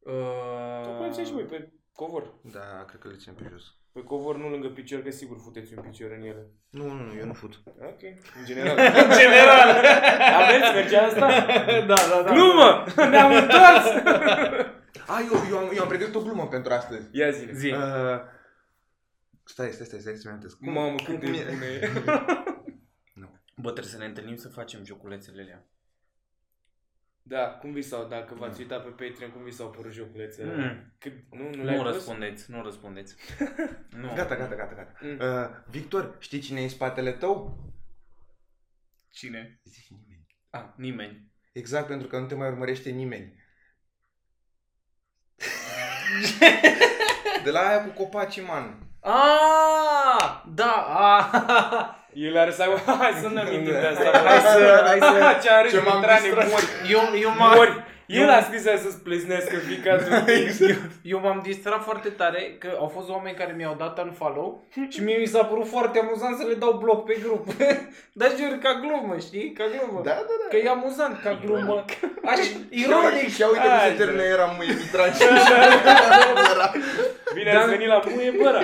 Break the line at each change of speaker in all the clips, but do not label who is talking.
Uh,
lipsești, băi, păi, pe covor.
Da, cred că le țin pe jos.
Pe covor, nu lângă picior, că sigur futeți un picior în ele.
Nu, nu, nu, eu nu fut.
Ok, în general. în general! La Benz mergea asta?
da, da, da.
Glumă! Ne-am întors!
A, eu, eu, am, eu am pregătit o glumă pentru astăzi.
Ia zile. Zi.
Uh, stai, stai, stai, stai, să-mi amintesc.
Mamă, cât de
Cum e?
bună e.
Bă, trebuie să ne întâlnim să facem joculețele alea.
Da, cum vi s-au, dacă v-ați uitat pe Patreon, cum vi s-au părut joculețele?
Mm.
Cât, nu, nu
Nu,
le-ai pus?
răspundeți, nu răspundeți. nu.
Gata, gata, gata, gata.
Mm.
Uh, Victor, știi cine e în spatele tău?
Cine?
Zici nimeni.
A, nimeni.
Exact, pentru că nu te mai urmărește nimeni. De la aia cu copacii, man.
A, da, a,
El are să... Hai să nu amintim de asta.
Hai să- hai să-
Ce a râs
ce m-am
Mitrane,
distrat.
mori.
eu, eu m-am,
Mori. El a scris aia să-ți pleznească ficatul.
eu m-am distrat foarte tare că au fost oameni care mi-au dat un follow și mie mi s-a părut foarte amuzant să le dau bloc pe grup. Dar jur, ca glumă, știi? Ca glumă.
Da, da, da.
Că e amuzant ca glumă. Aș,
Ironic.
ironic.
Și uite cum se
Hai,
termină
bă.
era mâine Mitran și era
Bine ați
Da.
venit la Buie Băra.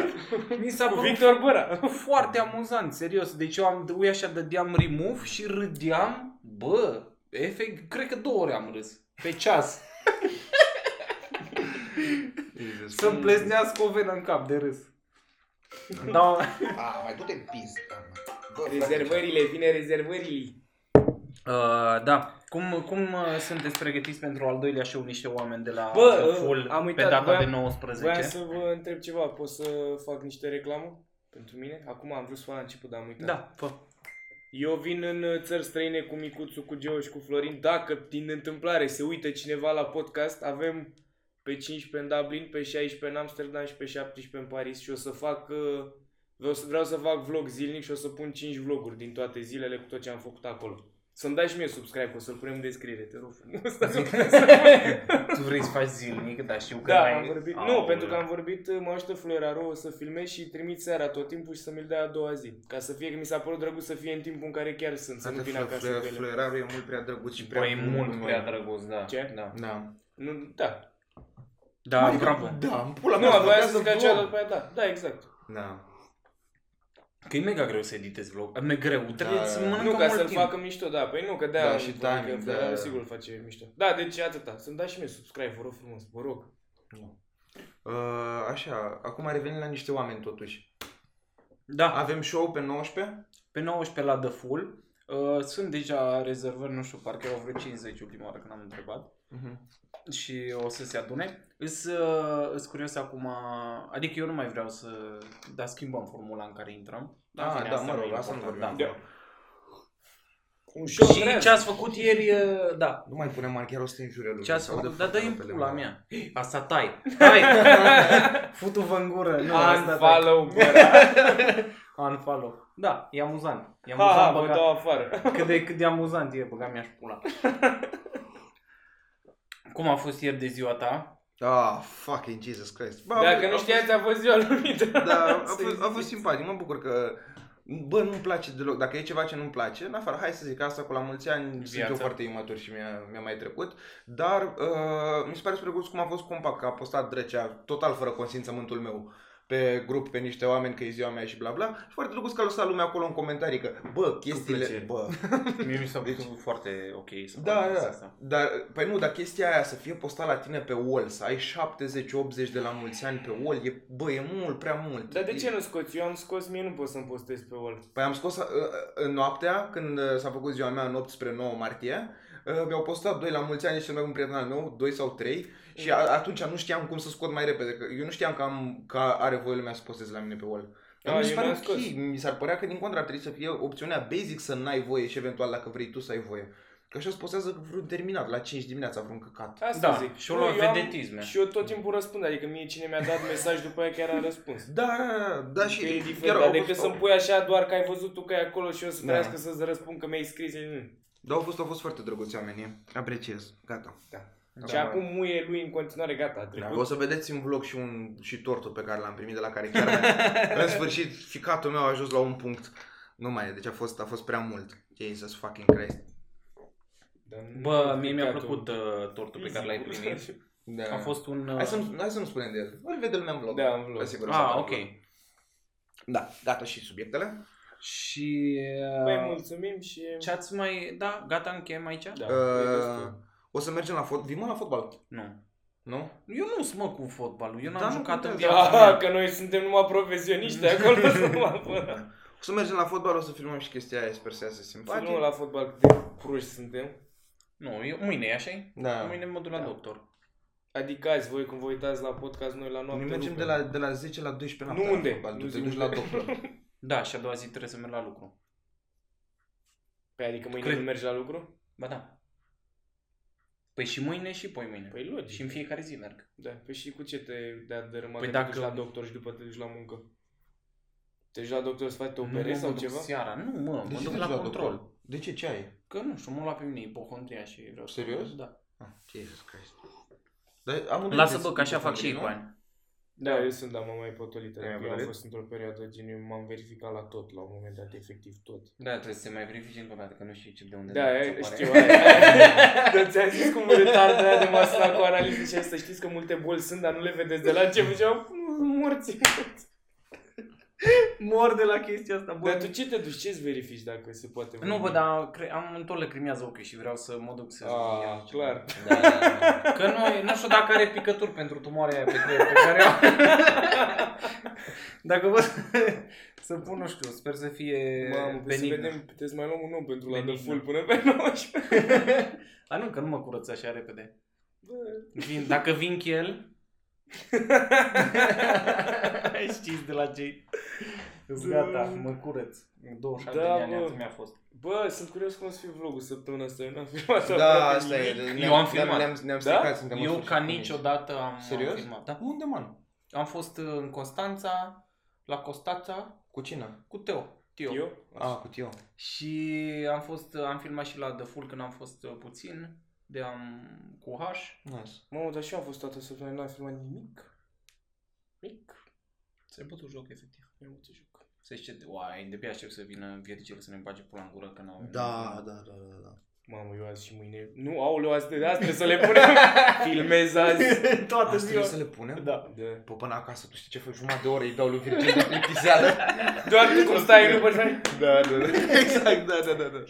Mi s-a
Cu
părut
Victor Băra.
foarte amuzant, serios. Deci eu am eu așa dădeam remove și râdeam, bă, efect, cred că două ore am râs. Pe ceas. Să-mi pleznească o venă în cap de râs. Da.
A, mai du-te în piz.
Rezervările, vine rezervările.
Uh, da. Cum, cum uh, sunteți pregătiți pentru al doilea show niște oameni de la
Bă,
The
uh,
Full
am uitat,
pe data
voiam-
de 19?
Voiam să vă întreb ceva, pot să fac niște reclamă pentru mine? Acum am vrut să fac la început, dar am uitat.
Da, fă.
Eu vin în uh, țări străine cu Micuțu, cu Geo și cu Florin. Dacă din întâmplare se uită cineva la podcast, avem pe 15 în Dublin, pe 16 în Amsterdam și pe 17 în Paris și o să fac... uh, Vreau să, vreau să fac vlog zilnic și o să pun 5 vloguri din toate zilele cu tot ce am făcut acolo. Să-mi dai și mie subscribe, o să-l punem în descriere, te rog frumos.
Tu vrei să faci zilnic, dar știu că
Da,
n-ai-
am vorbit.
Aoleu.
Nu, pentru că am vorbit, uh, mă ajută Floraru, o să filmez și trimit seara tot timpul și să mi-l dea a doua zi. Ca să fie, că mi s-a părut drăguț să fie în timpul în care chiar sunt, să nu vin acasă cu ele.
Fluierarul e mult prea drăguț și prea
Băi, e mult
mă.
prea drăguț, da.
Ce?
Da,
Da.
Nu, da.
da bravo.
Da, în pula
Nu,
mea. să
voia să
blochează
zic că cealaltă
vlog.
pe aia, da. Da, exact.
Da.
Că e mega greu să editezi vlog. E greu, trebuie
Da,
să
da.
mănâncă
Nu, ca
mult
să-l
timp.
facă mișto, da. Păi nu, că de-aia
Da,
am
și
vorbit, că
timing, da,
Floraru
da.
sigur îl face mișto. Da, deci atâta. Să-mi dați și mie subscribe, vă rog frumos, vă rog.
Uh, așa, acum revenim la niște oameni totuși.
Da,
Avem show pe 19?
pe 19 la The Full. Uh, sunt deja rezervări, nu știu, parcă erau vreo 50 ultima oară când am întrebat.
Mhm.
Și o să se adune. Îs, uh, îs curios acum, adică eu nu mai vreau să, dar schimbăm formula în care intrăm. Dar în
Ah,
fine,
da,
asta
mă
nu
rog,
e
asta nu
important,
vorbim.
da.
Da.
Un show
Și
treaz.
ce ați făcut ieri, uh, da,
Nu mai punem mari, chiar o să te înjure lumea.
ce ați
Sau de
făcut, da, dă-i în
faptele
pula
mele.
mea. Asta tai, tai, futu-vă în gură. Nu, asta tai.
Unfollow, bă,
Unfollow. Da, e amuzant. E
ha,
amuzant,
ha,
băga-
da, vă dau afară.
Cât de, cât de amuzant e, băga mi-aș pula. Cum a fost ieri de ziua ta?
Ah, fucking Jesus Christ. Bă, a
Dacă
fost-
nu
a
știați, a fost ziua lui Mitra.
fost- Da, a
Să-i
fost, a fost
ziceți.
simpatic, mă bucur că... Bă, nu-mi place deloc. Dacă e ceva ce nu-mi place, în afară, hai să zic asta cu la mulți ani, sunt
Viața.
eu foarte imatur și mi-a, mi-a mai trecut, dar uh, mi se pare spre gust cum a fost compact, că a postat Drăcea, total fără consimțământul meu, pe grup, pe niște oameni, că e ziua mea și bla bla, și foarte drăguț că a lăsat lumea acolo în comentarii, că bă, chestiile,
plăcere.
bă,
Mie mi s-a părut foarte ok să
Deci- Da,
fac
da,
asta.
da. Dar, păi nu, dar chestia aia să fie postat la tine pe wall, să ai 70-80 de la mulți ani pe wall, e, bă, e mult, prea mult.
Dar de ce
E-
nu scoți? Eu am scos, mie nu pot să-mi postez pe wall.
Păi am scos uh, în noaptea, când uh, s-a făcut ziua mea în 8 spre 9 martie, uh, mi-au postat doi la mulți ani, ești cel mai bun prieten al meu, doi sau trei, și
Da. Mm.
a, atunci nu știam cum să scot mai repede, că eu nu știam că, am, că are voie lumea să posteze la mine pe wall. Dar
A,
mi se
Ah, eu
pare
mi-am scos.
ok, mi s-ar părea că din contra ar trebui să fie opțiunea basic să n-ai voie și eventual dacă vrei tu să ai voie. Că așa se postează vreun terminat, la 5 dimineața, vreun căcat.
Asta
Da,
zic.
și-o
Nu,
lua
eu am-
vedetisme.
Și eu tot timpul răspund, adică mie cine mi-a dat mesaj după aia chiar a răspuns.
Da, da, da, da și
Că e diferit,
chiar
dar
au
decât
fost,
să-mi
au,
pui așa doar că ai văzut tu că e acolo și eu să
Da.
trească să-ți răspund că mi-ai scris. mm.
da, au fost, au fost foarte drăguți oamenii. Apreciez. Gata. Da.
Și acum muie lui în continuare, gata, a
Da, o
trecut.
să vedeți în vlog și, un, și tortul pe care l-am primit de la care chiar mi-a- în sfârșit ficatul meu a ajuns la un punct. Nu mai e, deci a fost, a fost prea mult. Jesus fucking Christ.
Dar nu
Bă, mie mi-a
ficatul.
plăcut uh, tortul pe care l-ai primit.
Da.
A fost un... uh,
Hai să, nu, hai să nu spunem de el. Îl vede lumea în vlog.
Da, în vlog.
Cu siguranță
Ah,
va
ok.
vlog. Da, gata și subiectele.
Și... uh,
Păi mulțumim și...
Ce ați mai... Da, gata, încheiem aici?
Da, e
Uh,
destul.
o să mergem la fotbal. Vim mă la fotbal,
Nu.
nu?
Eu nu sunt mă cu fotbalul. Eu n-am
Da, nu
jucat în
contează.
viața
Aha,
mea.
Ah, că noi suntem numai profesioniști acolo să mă apărăm.
O să mergem la fotbal, o să filmăm și chestia aia, sper să iasă
Să
simpatic.
Nu la fotbal, cât de proști suntem.
Nu, eu, mâine e așa
Da.
Mâine mă duc la
Da.
doctor.
Adică azi, voi când vă uitați la podcast, noi la noapte
Noi mergem de
rupem.
la, de la 10 la 12 noaptea.
Nu
la
unde.
Fotbal.
Nu
Tu te
zic
duci la
unde.
doctor.
Da, și a doua zi trebuie să merg la lucru.
Păi adică mâine
Cred.
nu mergi la lucru?
Ba da. Păi și mâine și poi mâine.
Păi logic.
și în fiecare zi merg.
Da, păi și cu ce te dea de rămas
Păi
păi
dacă-
dacă... duci la doctor și după te duci la muncă? Te duci la doctor să faci te
Nu mă
operezi sau
duc
ceva?
Seara. Nu, mă,
De
mă
ce
duc
te
la
duci la
control.
doctor? De ce? Ce ai?
Că nu știu, m-a luat pe mine ipohondria și vreau să...
Serios?
Da.
Ah, Jesus Christ. Dar amândoi
Lasă-bă,
sunteți
că așa fac și
hipocondrii,
ei cu
nu?
ani.
Da, eu sunt, dar m-am mai potolită.
Te-ai
Eu am
apelat?
fost într-o perioadă, gen, eu m-am verificat la tot, la un moment dat, efectiv tot.
Da, trebuie să te mai verifici încă o dată, că nu știi ce de unde
Da,
ți
aia,
apare.
știu, aia, aia. Dar ți-am zis cum retard de aia de masă la cu analize și aia, să știți că multe boli sunt, dar nu le vedeți de la început și am morți.
Mor de la chestia asta, bă.
Dar tu ce te duci? Ce-ți verifici dacă se poate?
Nu, bă, dar cre- am îmi tot lacrimează ochii și vreau să mă duc să...
Ah,
iau ceva.
clar.
Da, da, da. Că nu, nu știu dacă are picături pentru tumoarea aia pe, creier, pe care o... dacă vă să pun, nu știu, sper să fie
Mamă, păi să
benignă.
vedem, puteți mai luăm un om pentru la The
Benignă.
Full până pe 19.
Dar nu, că nu mă curăț așa repede.
Bă,
Vin, dacă vin el... Știți de la ce Gata, mă curăț. 27
Da,
de ani
bă.
atât mi-a fost.
Bă, sunt curios cum o să fie vlogul săptămâna asta, eu n-am filmat
Da,
aproape
asta e.
nimic.
ne-am-
Eu am
ne-am-
filmat.
Ne-am, ne-am
Da?
stricat, suntem în
Eu
sfârșit
ca
cu minți.
niciodată am am
Serios?
filmat. Da.
Unde, man?
Am fost uh, în Constanța, la Costața,
Cu cine?
cu Teo. Teo.
Eu?
Ah, cu tio.
Și am fost, uh, am filmat și la The Full când am fost uh, puțin, de am cu H.
Nice.
Mamă, dar și eu am fost toată săptămâna, n-am filmat nimic. Mic.
Se putut joc, efectiv.
Mi-am avut să joc.
Se zice, uai, de bine aștept să vină Virgil să ne bage pula în gură că n-au
Da, da, da, da. da.
Mamă, eu azi și mâine. Nu, aoleu, azi, de azi trebuie să le punem. Filmez azi.
Toată Asta trebuie să le punem?
Da. da.
Pă, până acasă, tu știi ce faci? Jumătate de oră îi dau lui Virgil de plictiseală.
Doar că tu stai după și
da, da, da. Exact, da, da, da. da.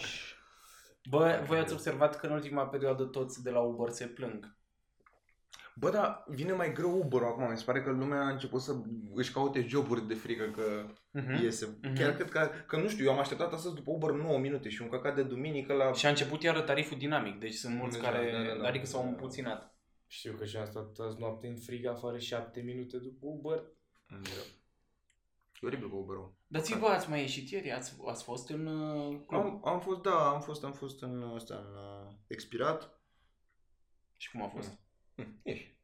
Bă, voi ați observat că în ultima perioadă toți de la Uber se plâng.
Bă, dar vine mai greu Uber acum. Mi se pare că lumea a început să își caute joburi de frică că
Mhm.
iese. Chiar cred că, că, nu știu, eu am așteptat astăzi după Uber 9 minute și un căcat de duminică la...
Și a început iară tariful dinamic, deci sunt mulți
Deci,
care,
da, da, da.
adică s-au împuținat.
Știu că și am stat azi noapte în frig afară șapte minute după Uber.
E oribil cu Uber-ul.
Dar ți bă, ați mai ieșit ieri? Ați, ați fost în uh, club?
Da. Am, am fost, da, am fost, am fost în ăsta, în uh, expirat.
Și cum a fost?
Hm, Ieși.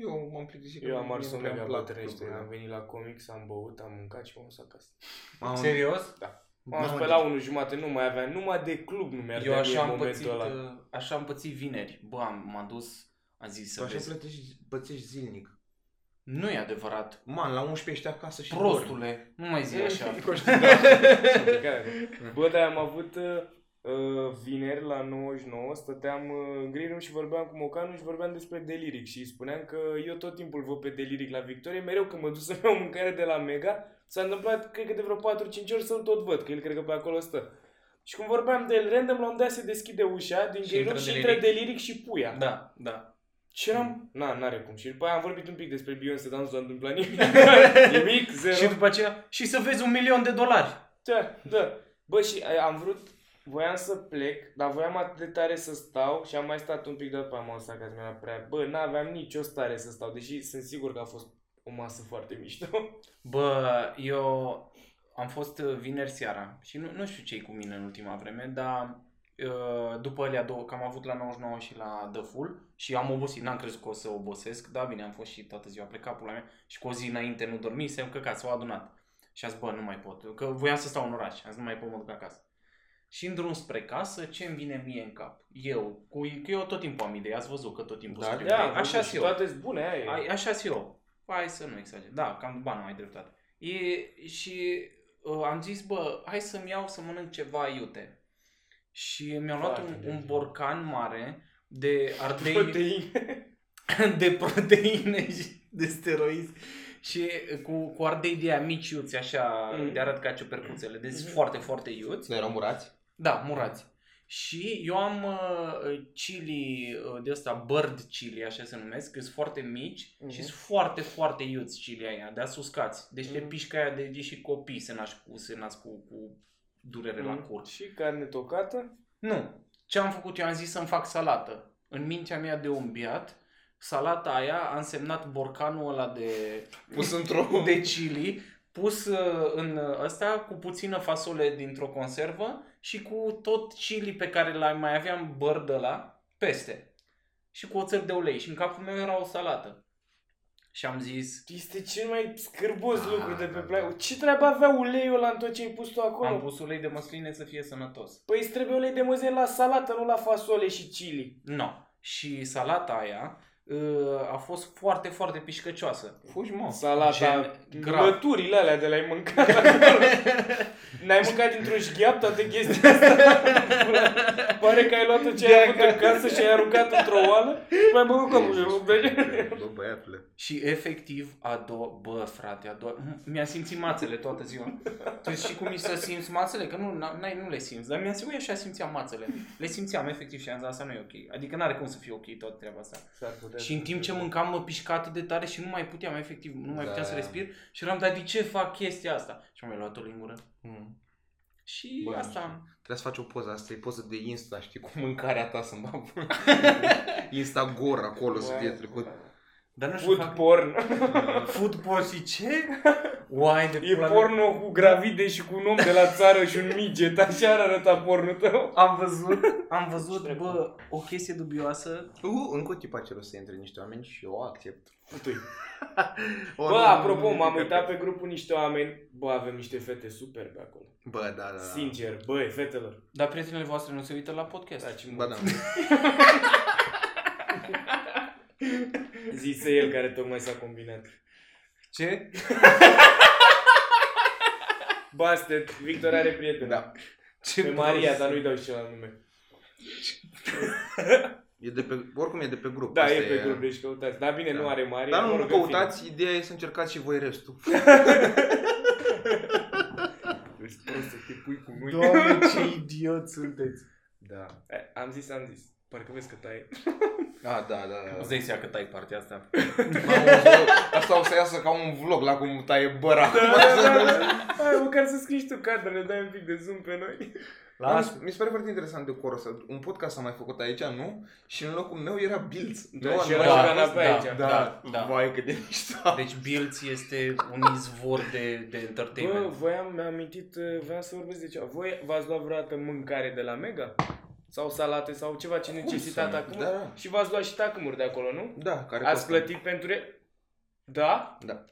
Eu m-am plictisit.
Eu am ars o da.
nu prea
mega
îmi plac
bătrânește.
lucrurile.
Am venit la comics, am băut, am mâncat și m-am dus acasă. deci-
M-am-
Serios?
M-am
m-am-
spălat unul jumate, nu mai aveam, numai de club nu mi-ar
Eu
dea mie
așa
în
am,
momentul
pățit,
ăla.
uh, așa am pățit vineri. Bă, am, m-am dus, am zis
Tu
să
deci, Așa
vezi.
plătești, pățești zilnic.
Nu e adevărat.
Man, la 11 ești acasă și dormi.
Prostule, nu mai zi așa.
da.
Bă, dar am avut uh, uh, vineri la 99, stăteam uh, în green room și vorbeam cu Mocanu și vorbeam despre Deliric și îi spuneam că eu tot timpul văd pe Deliric la Victorie, mereu când mă duc să-mi iau mâncare de la Mega, s-a întâmplat, cred că de vreo 4-5 ori să-l tot văd, că el cred că pe acolo stă. Și cum vorbeam de el random, la un moment dat se deschide ușa din
Și
green room
intră
și intră
Deliric.
Deliric și puia.
Da, da.
Și eram, na, n-are cum. Și după aia am vorbit un pic despre Beyoncé, dar nu s-a întâmplat nimic. nimic, zero.
Și după aceea, și să vezi un milion de dolari.
Da, da. Bă, și a, am vrut, voiam să plec, dar voiam atât de tare să stau și am mai stat un pic, dar după aia m-am lăsat că azi mi-era prea... Bă, n-aveam nicio stare să stau, deși sunt sigur că a fost o masă foarte mișto.
Bă, eu am fost uh, vineri seara și nu, nu știu ce cu mine în ultima vreme, dar uh, după alea două, că am avut la 99 și la The Full și am obosit, n-am crezut că o să obosesc, da, bine, am fost și toată ziua plecat pula mea și cu o zi înainte nu dormisem, că s-au adunat. Și am zis, bă, nu mai pot, că voiam să stau în oraș, am zis, nu mai pot, mă duc acasă. Și în drum spre casă, ce îmi vine mie în cap? Eu, cu, că eu tot timpul am idei, ați văzut că tot timpul
Da,
scriu.
Da, am
așa
văzut
și
și
eu.
toate sunt bune, aia e.
Ai, așa și eu. Hai să nu exagerez. Da, cam banul ai dreptate. E, și uh, am zis, bă, hai să-mi iau să mănânc ceva iute. Și mi-am luat
Foarte
un, un
inteligent.
borcan mare de ardei,
Proteine.
de proteine și de steroizi și uh, cu, cu ardei de aia mici iuți, așa,
Mm.
de arăt ca ciupercuțele, deci
Mhm.
foarte, foarte iuți.
Nu erau murați?
Da, murați. Și eu am uh, chili uh, de ăsta, bird chili, așa se numesc, că sunt foarte mici
Mhm.
uh-huh. și sunt foarte, foarte iuți chili aia, de suscați. Deci te
Mhm.
pișcă aia de, de și copii se nasc cu, se nasc cu, cu durere la cur.
Și carne tocată.
Nu. Ce am făcut? Eu am zis să-mi fac salată. În mintea mea de un biat, salata aia a însemnat borcanul ăla de,
Pus într-o...
de chili, pus uh, în uh, ăsta cu puțină fasole dintr-o conservă și cu tot chili pe care l mai aveam bărdă la peste. Și cu oțel de ulei. Și în capul meu era o salată. Și am zis,
Este cel mai scârbos
Da,
lucru de
da,
pe
da.
planetă. Ce treabă avea uleiul ăla în tot ce ai pus tu acolo?
am pus ulei de măsline să fie sănătos.
Păi îți trebuie ulei de măsline la salată, nu la fasole și chili.
No. Și salata aia uh, a fost foarte, foarte pișcăcioasă. Fugi, mă.
Salata,
Gen, grav.
grăturile alea de la ai mâncat acolo. N-ai mâncat dintr-un șgheap toate chestiile astea? Pare că ai luat tot ce ai avut în casă și ai aruncat într-o oală și mai băut că
Bă, băiatule.
Și efectiv, a doua, bă frate, a doua, mi-a simțit mațele toată ziua. Tu știi cum mi să simți mațele? Că nu, n-ai, nu le simți, dar mi-a simțit, eu așa simțeam mațele. Le simțeam efectiv și am zis, asta nu e ok. Adică n-are cum să fie ok toată treaba asta. Și în timp ce mâncam mă pișca atât de tare și nu mai puteam, efectiv, nu mai
Da.
puteam să respir. Și eram, dar de ce fac chestia asta? Și am mai luat o lingură.
Mm.
Și
Bă,
asta
nu
am.
Trebuie să faci o poză, asta e poză de Insta, știi, cu mâncarea ta să-mi bag. Insta gor acolo să fie trecut.
Dar nu știu,
Food
fac...
porn.
Food porn și ce? Uai, de
E
pula mea.
porno cu gravide și cu un om de la țară și un midget. Așa ar arăta pornul tău.
Am văzut, am văzut,
Ștrepă.
bă, o chestie dubioasă.
Uh, încă o tipă acela să intre niște oameni și eu o accept.
Bă, apropo, m-am uitat pe grupul niște oameni. Bă, avem niște fete superbe acolo.
Bă, da, da, da.
Sincer, băi, fetelor.
Dar prietenele voastre nu se uită la podcast.
Dați-mi
Ba da.
Zise el care tocmai s-a combinat.
Ce?
Bastet, Victor are prieten.
da.
Ce
Pe Maria, dar nu-i dau și la nume.
E de pe, oricum e de pe grup.
Da,
asta
e pe grup, deci căutați. Dar bine,
Da.
nu are Maria.
Dar nu,
mă
nu
rog, în
căutați, ideea e să încercați și voi restul.
fine. Ești prost să te pui cu mâini.
Doamne, ce idiot sunteți.
Da.
Eh, Am zis, am zis. Parcă vezi că tai. Ah,
A, da, da, da.
Îți dai seama că tai partea asta.
Mamă, o să- Asta o să iasă ca un vlog la cum taie băra.
Da,
da,
Hai, măcar să scrii tu cadrele, dai un pic de zoom pe noi.
Dar mi- Mi se pare foarte interesant de corul ăsta. Un podcast am mai făcut aici, nu? Și în locul meu era Bilz.
Da, și
nu
era
am
și
fost-
canapea
da,
aici.
Da,
da.
da. Vai, cât de mișto.
Deci Bilț este un izvor de, de entertainment.
Bă, voiam, mi-am amintit, uh, voiam să vorbesc de ceva. Voi v-ați luat vreodată mâncare de la Mega? Sau salate sau ceva ce necesitat acum?
Da,
Și v-ați luat și tacâmuri de acolo, nu?
da, care
Ați
costă.
plătit pentru ele? Da?
Da.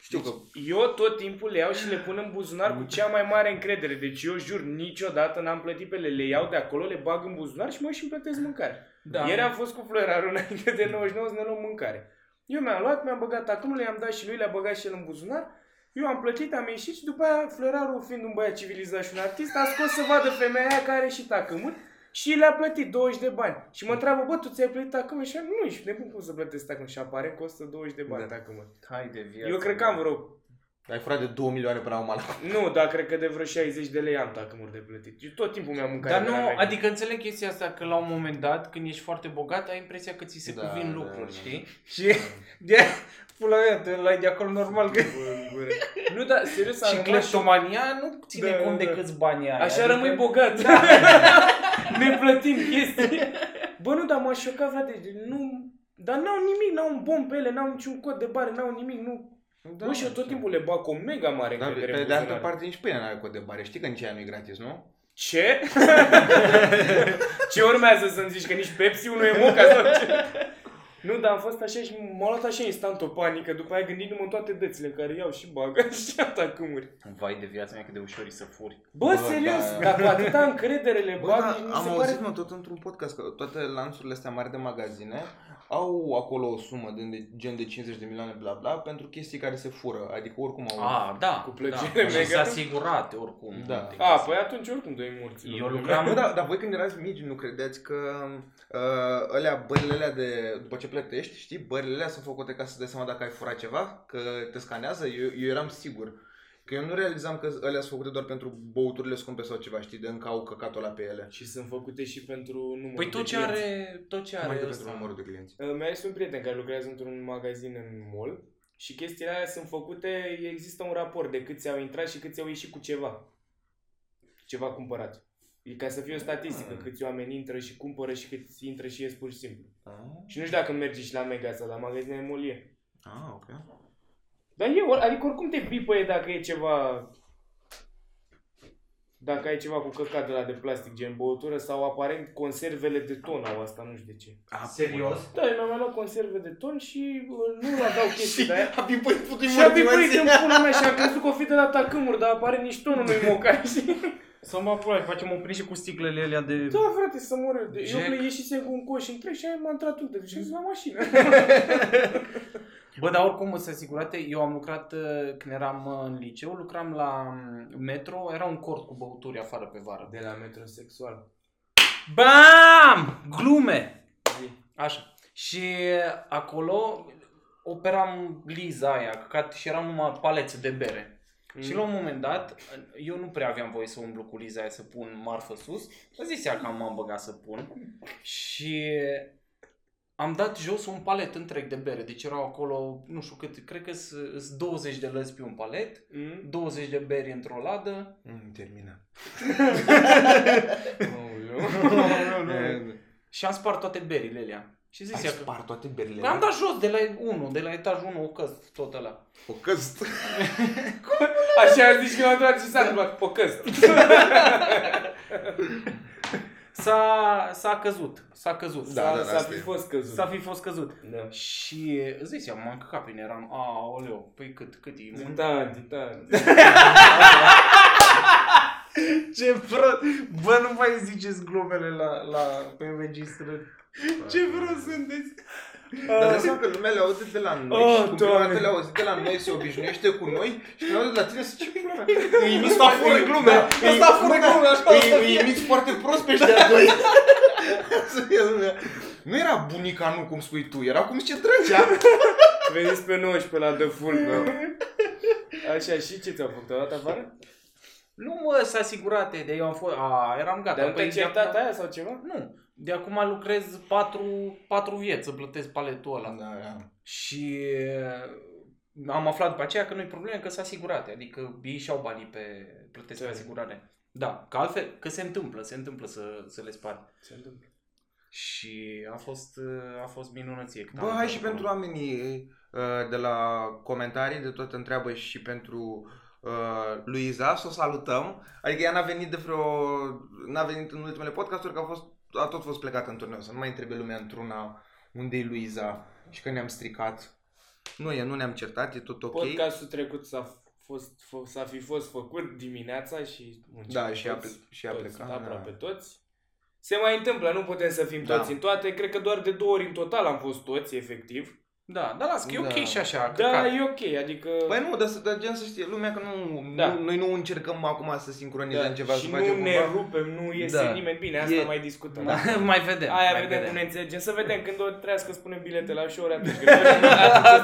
Știu că...
Eu tot timpul le iau și le pun în buzunar cu cea mai mare încredere. Deci eu jur, niciodată n-am plătit pe ele. Le iau de acolo, le bag în buzunar și mă și îmi plătesc mâncare. Da. Ieri am fost cu Florarul înainte de 99 să ne luăm mâncare. Eu mi-am luat, mi-am băgat acum, le-am dat și lui, le-a băgat și el în buzunar. Eu am plătit, am ieșit și după aia Florarul, fiind un băiat civilizat și un artist, a scos să vadă femeia aia care are și tacâmuri și le-a plătit 20 de bani. Și mă întreabă, bă, tu ți-ai plătit tacâmuri? Și eu, nu, ești nebun cum să plătesc tacâmuri. Și apare, costă 20 de bani
Da.
da. tacâmuri.
Tai de viață.
Eu cred că am vreo
Ai furat de 2 milioane până acum la
nu, dar cred că de vreo 60 de lei am dacă de plătit. Eu tot timpul mi-am mâncat.
Dar
de la
nu,
Mega.
adică înțeleg chestia asta că la un moment dat, când ești foarte bogat, ai impresia că ți se
Da,
cuvin
da,
lucruri,
da.
știi? Și de pula mea, te luai de acolo normal că...
Bă, în gură. Nu, dar serios,
Și
am rămas și
cleptomania nu ține
Da,
cont de
da, da.
câți bani ai.
Așa
adică-
rămâi bogat.
Da.
ne plătim chestii. Bă, nu, dar m-a șocat, frate. de- Nu, dar n-au nimic, n-au un bom pe ele, n-au niciun cod de bare, n-au nimic, nu. Da, Bă, și eu tot timpul le bag o mega mare
Da,
încredere
pe
în
de altă
buzunare.
parte nici pâinea n-are cod de bare. Știi că nici aia nu e gratis, nu?
Ce? ce urmează să-mi zici? Că nici pepsi nu e moca sau ce? Nu, dar am fost așa și m-a luat așa instant o panică, după aia gândindu-mă în toate dățile care iau și bagă și atacâmuri.
Vai de viața mea cât de ușor e să furi.
Bă,
Bă,
Bă, serios,
da.
dar cu atâta încredere le
Bă,
bag,
da,
nici nu
am
se
auzit,
pare...
mă, tot într-un podcast că toate lanțurile astea mari de magazine au acolo o sumă de, de gen de 50 de milioane bla bla pentru chestii care se fură, adică oricum au...
A, da,
Cu
da.
plăcere,
Și
mega.
s-a asigurat oricum.
Da.
Adică
A,
se-
păi atunci oricum doi morți.
Eu lucram-
Bă, da, dar voi când erați mici nu credeți că uh, alea, bările alea de, după ce plătești, știi, bările alea sunt făcute ca să dai seama dacă ai furat ceva, că te scanează, eu, eu eram sigur. Că eu nu realizam că alea sunt făcute doar pentru băuturile scumpe sau ceva, știi, de încă au căcatul ăla pe ele.
Și sunt făcute și pentru numărul
Păi
de
tot ce
clienți.
are, tot ce
Mai
are
pentru
ăsta.
numărul de clienți.
Uh, Mi-a zis un prieten care lucrează într-un magazin în mall și chestiile alea sunt făcute, există un raport de câți au intrat și câți au ieșit cu ceva. Ceva cumpărat. E ca să fie o statistică,
Ah.
câți oameni intră și cumpără și câți intră și ies pur și simplu. Și nu știu dacă mergi și la Mega sau la magazinele molie.
Ah, ok.
Dar e, or- adică oricum te pipăie dacă e ceva... Dacă ai ceva cu căcat de la de plastic, gen băutură sau aparent conservele de ton au asta, nu știu de ce.
Ah, păi,
Serios?
Da, eu mi-am mai luat conserve de ton și bă, nu l-aveau chestii de aia.
a pipăit putin
Și abia băi, când pula mea și am crezut că o fi de la tacâmuri, dar apare nici tonul nu-i moca și...
Să mă apoi, facem o și cu sticlele alea de...
Da, frate, să mor eu. De- Eu
Jack.
plec ieșisem cu un coș întreg și aia m-a intrat unde. Deci am zis, la mașină.
Bă, dar oricum sunt asigurate, eu am lucrat uh, când eram uh, în liceu, lucram la um, metro, era un cort cu băuturi afară pe vară.
De la metrosexual.
BAM! Glume! Așa. Și uh, acolo operam Liza aia, căcat, și erau numai palețe de bere.
Mm.
Și la un moment dat, eu nu prea aveam voie să umblu cu Liza aia, să pun marfă sus. A zis ea că m-am băgat să pun. Și am dat jos un palet întreg de bere. Deci erau acolo, nu știu cât, cred că sunt 20 de lăzi pe un palet,
Mm.
20 de beri într-o ladă.
Mm, Termina.
Oh,
Și am spart toate berile alea. Și
Eh, Ai
zis ea că...
spart toate berile.
Păi am dat jos de la 1, de la etajul 1, o căs, tot ăla.
O căst.
Așa zici că m-a întrebat ce s-a întâmplat. Pocăst.
S-a, s-a căzut, s-a căzut.
Da,
S-a-
da, da,
S-a
asta
fi
e.
fost căzut.
S-a fi fost căzut.
Da.
Și zici, am m-am căcat prin eram, a, oleu, păi cât, cât e imun?
Tanti, tanti.
Ce prost! Bă, nu mai ziceți glumele la, la, pe registră. Ce prost sunteți!
Dar dai seama că lumea le aude de la noi
Oh,
și cum prima
Doamne.
dată le auzi de la noi, se obișnuiește cu noi și când aude de la tine se ce glumea. Îi imiți
Ăsta fură
îi-
glume.
da, îi-
Ăsta fură
da,
glume, așa
îi- Îi imiți foarte prost pe ăștia doi. Să fie lumea. Nu era bunica nu cum spui tu, era cum zice drăgea.
Veniți pe 19 la The Full, bă. Da. Așa, și ce ți-au făcut? Au dat afară?
Nu mă, s-a asigurat, de eu am fost, a, eram
Da,
gata. Păi
Dar nu te-ai
păi,
de
certat
acum-
aia sau ceva?
Nu, de acum lucrez 4, 4 vieți să plătesc paletul
Da,
ăla. Și uh, am aflat după aceea că nu-i probleme, că sunt asigurate. Adică ei și-au banii pe plătesc pe
Tare.
asigurare. Da, că altfel, că se întâmplă, se întâmplă să, să le spari.
Se întâmplă.
Și a fost, uh, a fost minunăție. cât
Bă,
Da.
am
hai
lucrat
și
acolo.
pentru oamenii uh, de la comentarii, de toată întreabă și pentru uh, Luiza, să o salutăm. Adică ea n-a venit de vreo... n-a venit în ultimele podcasturi, că a, fost, a tot fost plecată în turneu. Să nu mai întrebe lumea într-una unde e Luiza și că ne-am stricat. Nu e, nu ne-am certat, e tot ok.
Podcastul trecut s-a fost, f- s-a fi fost făcut dimineața și muncim
Da, și a,
toți,
ple- și a
toți,
plecat.
da, aproape
da.
toți. Se mai întâmplă, nu putem să fim
Da.
toți în toate, cred că doar de două ori în total am fost toți, efectiv.
Da, dar las, că e ok
Da.
și așa.
Da,
Da,
e ok, adică...
Păi nu, dar, să- dar gen să știe lumea că nu,
Da.
da. nu, noi nu încercăm acum să sincronizăm
da,
ceva,
și
să
nu
facem
ne
cumva.
rupem, nu iese
Da.
nimeni. Bine, asta
E-
mai discutăm.
da. mai vedem.
Aia
mai
vedem, cum ne înțelegem. Să vedem când o trească, spunem bilete la show atunci. Că atunci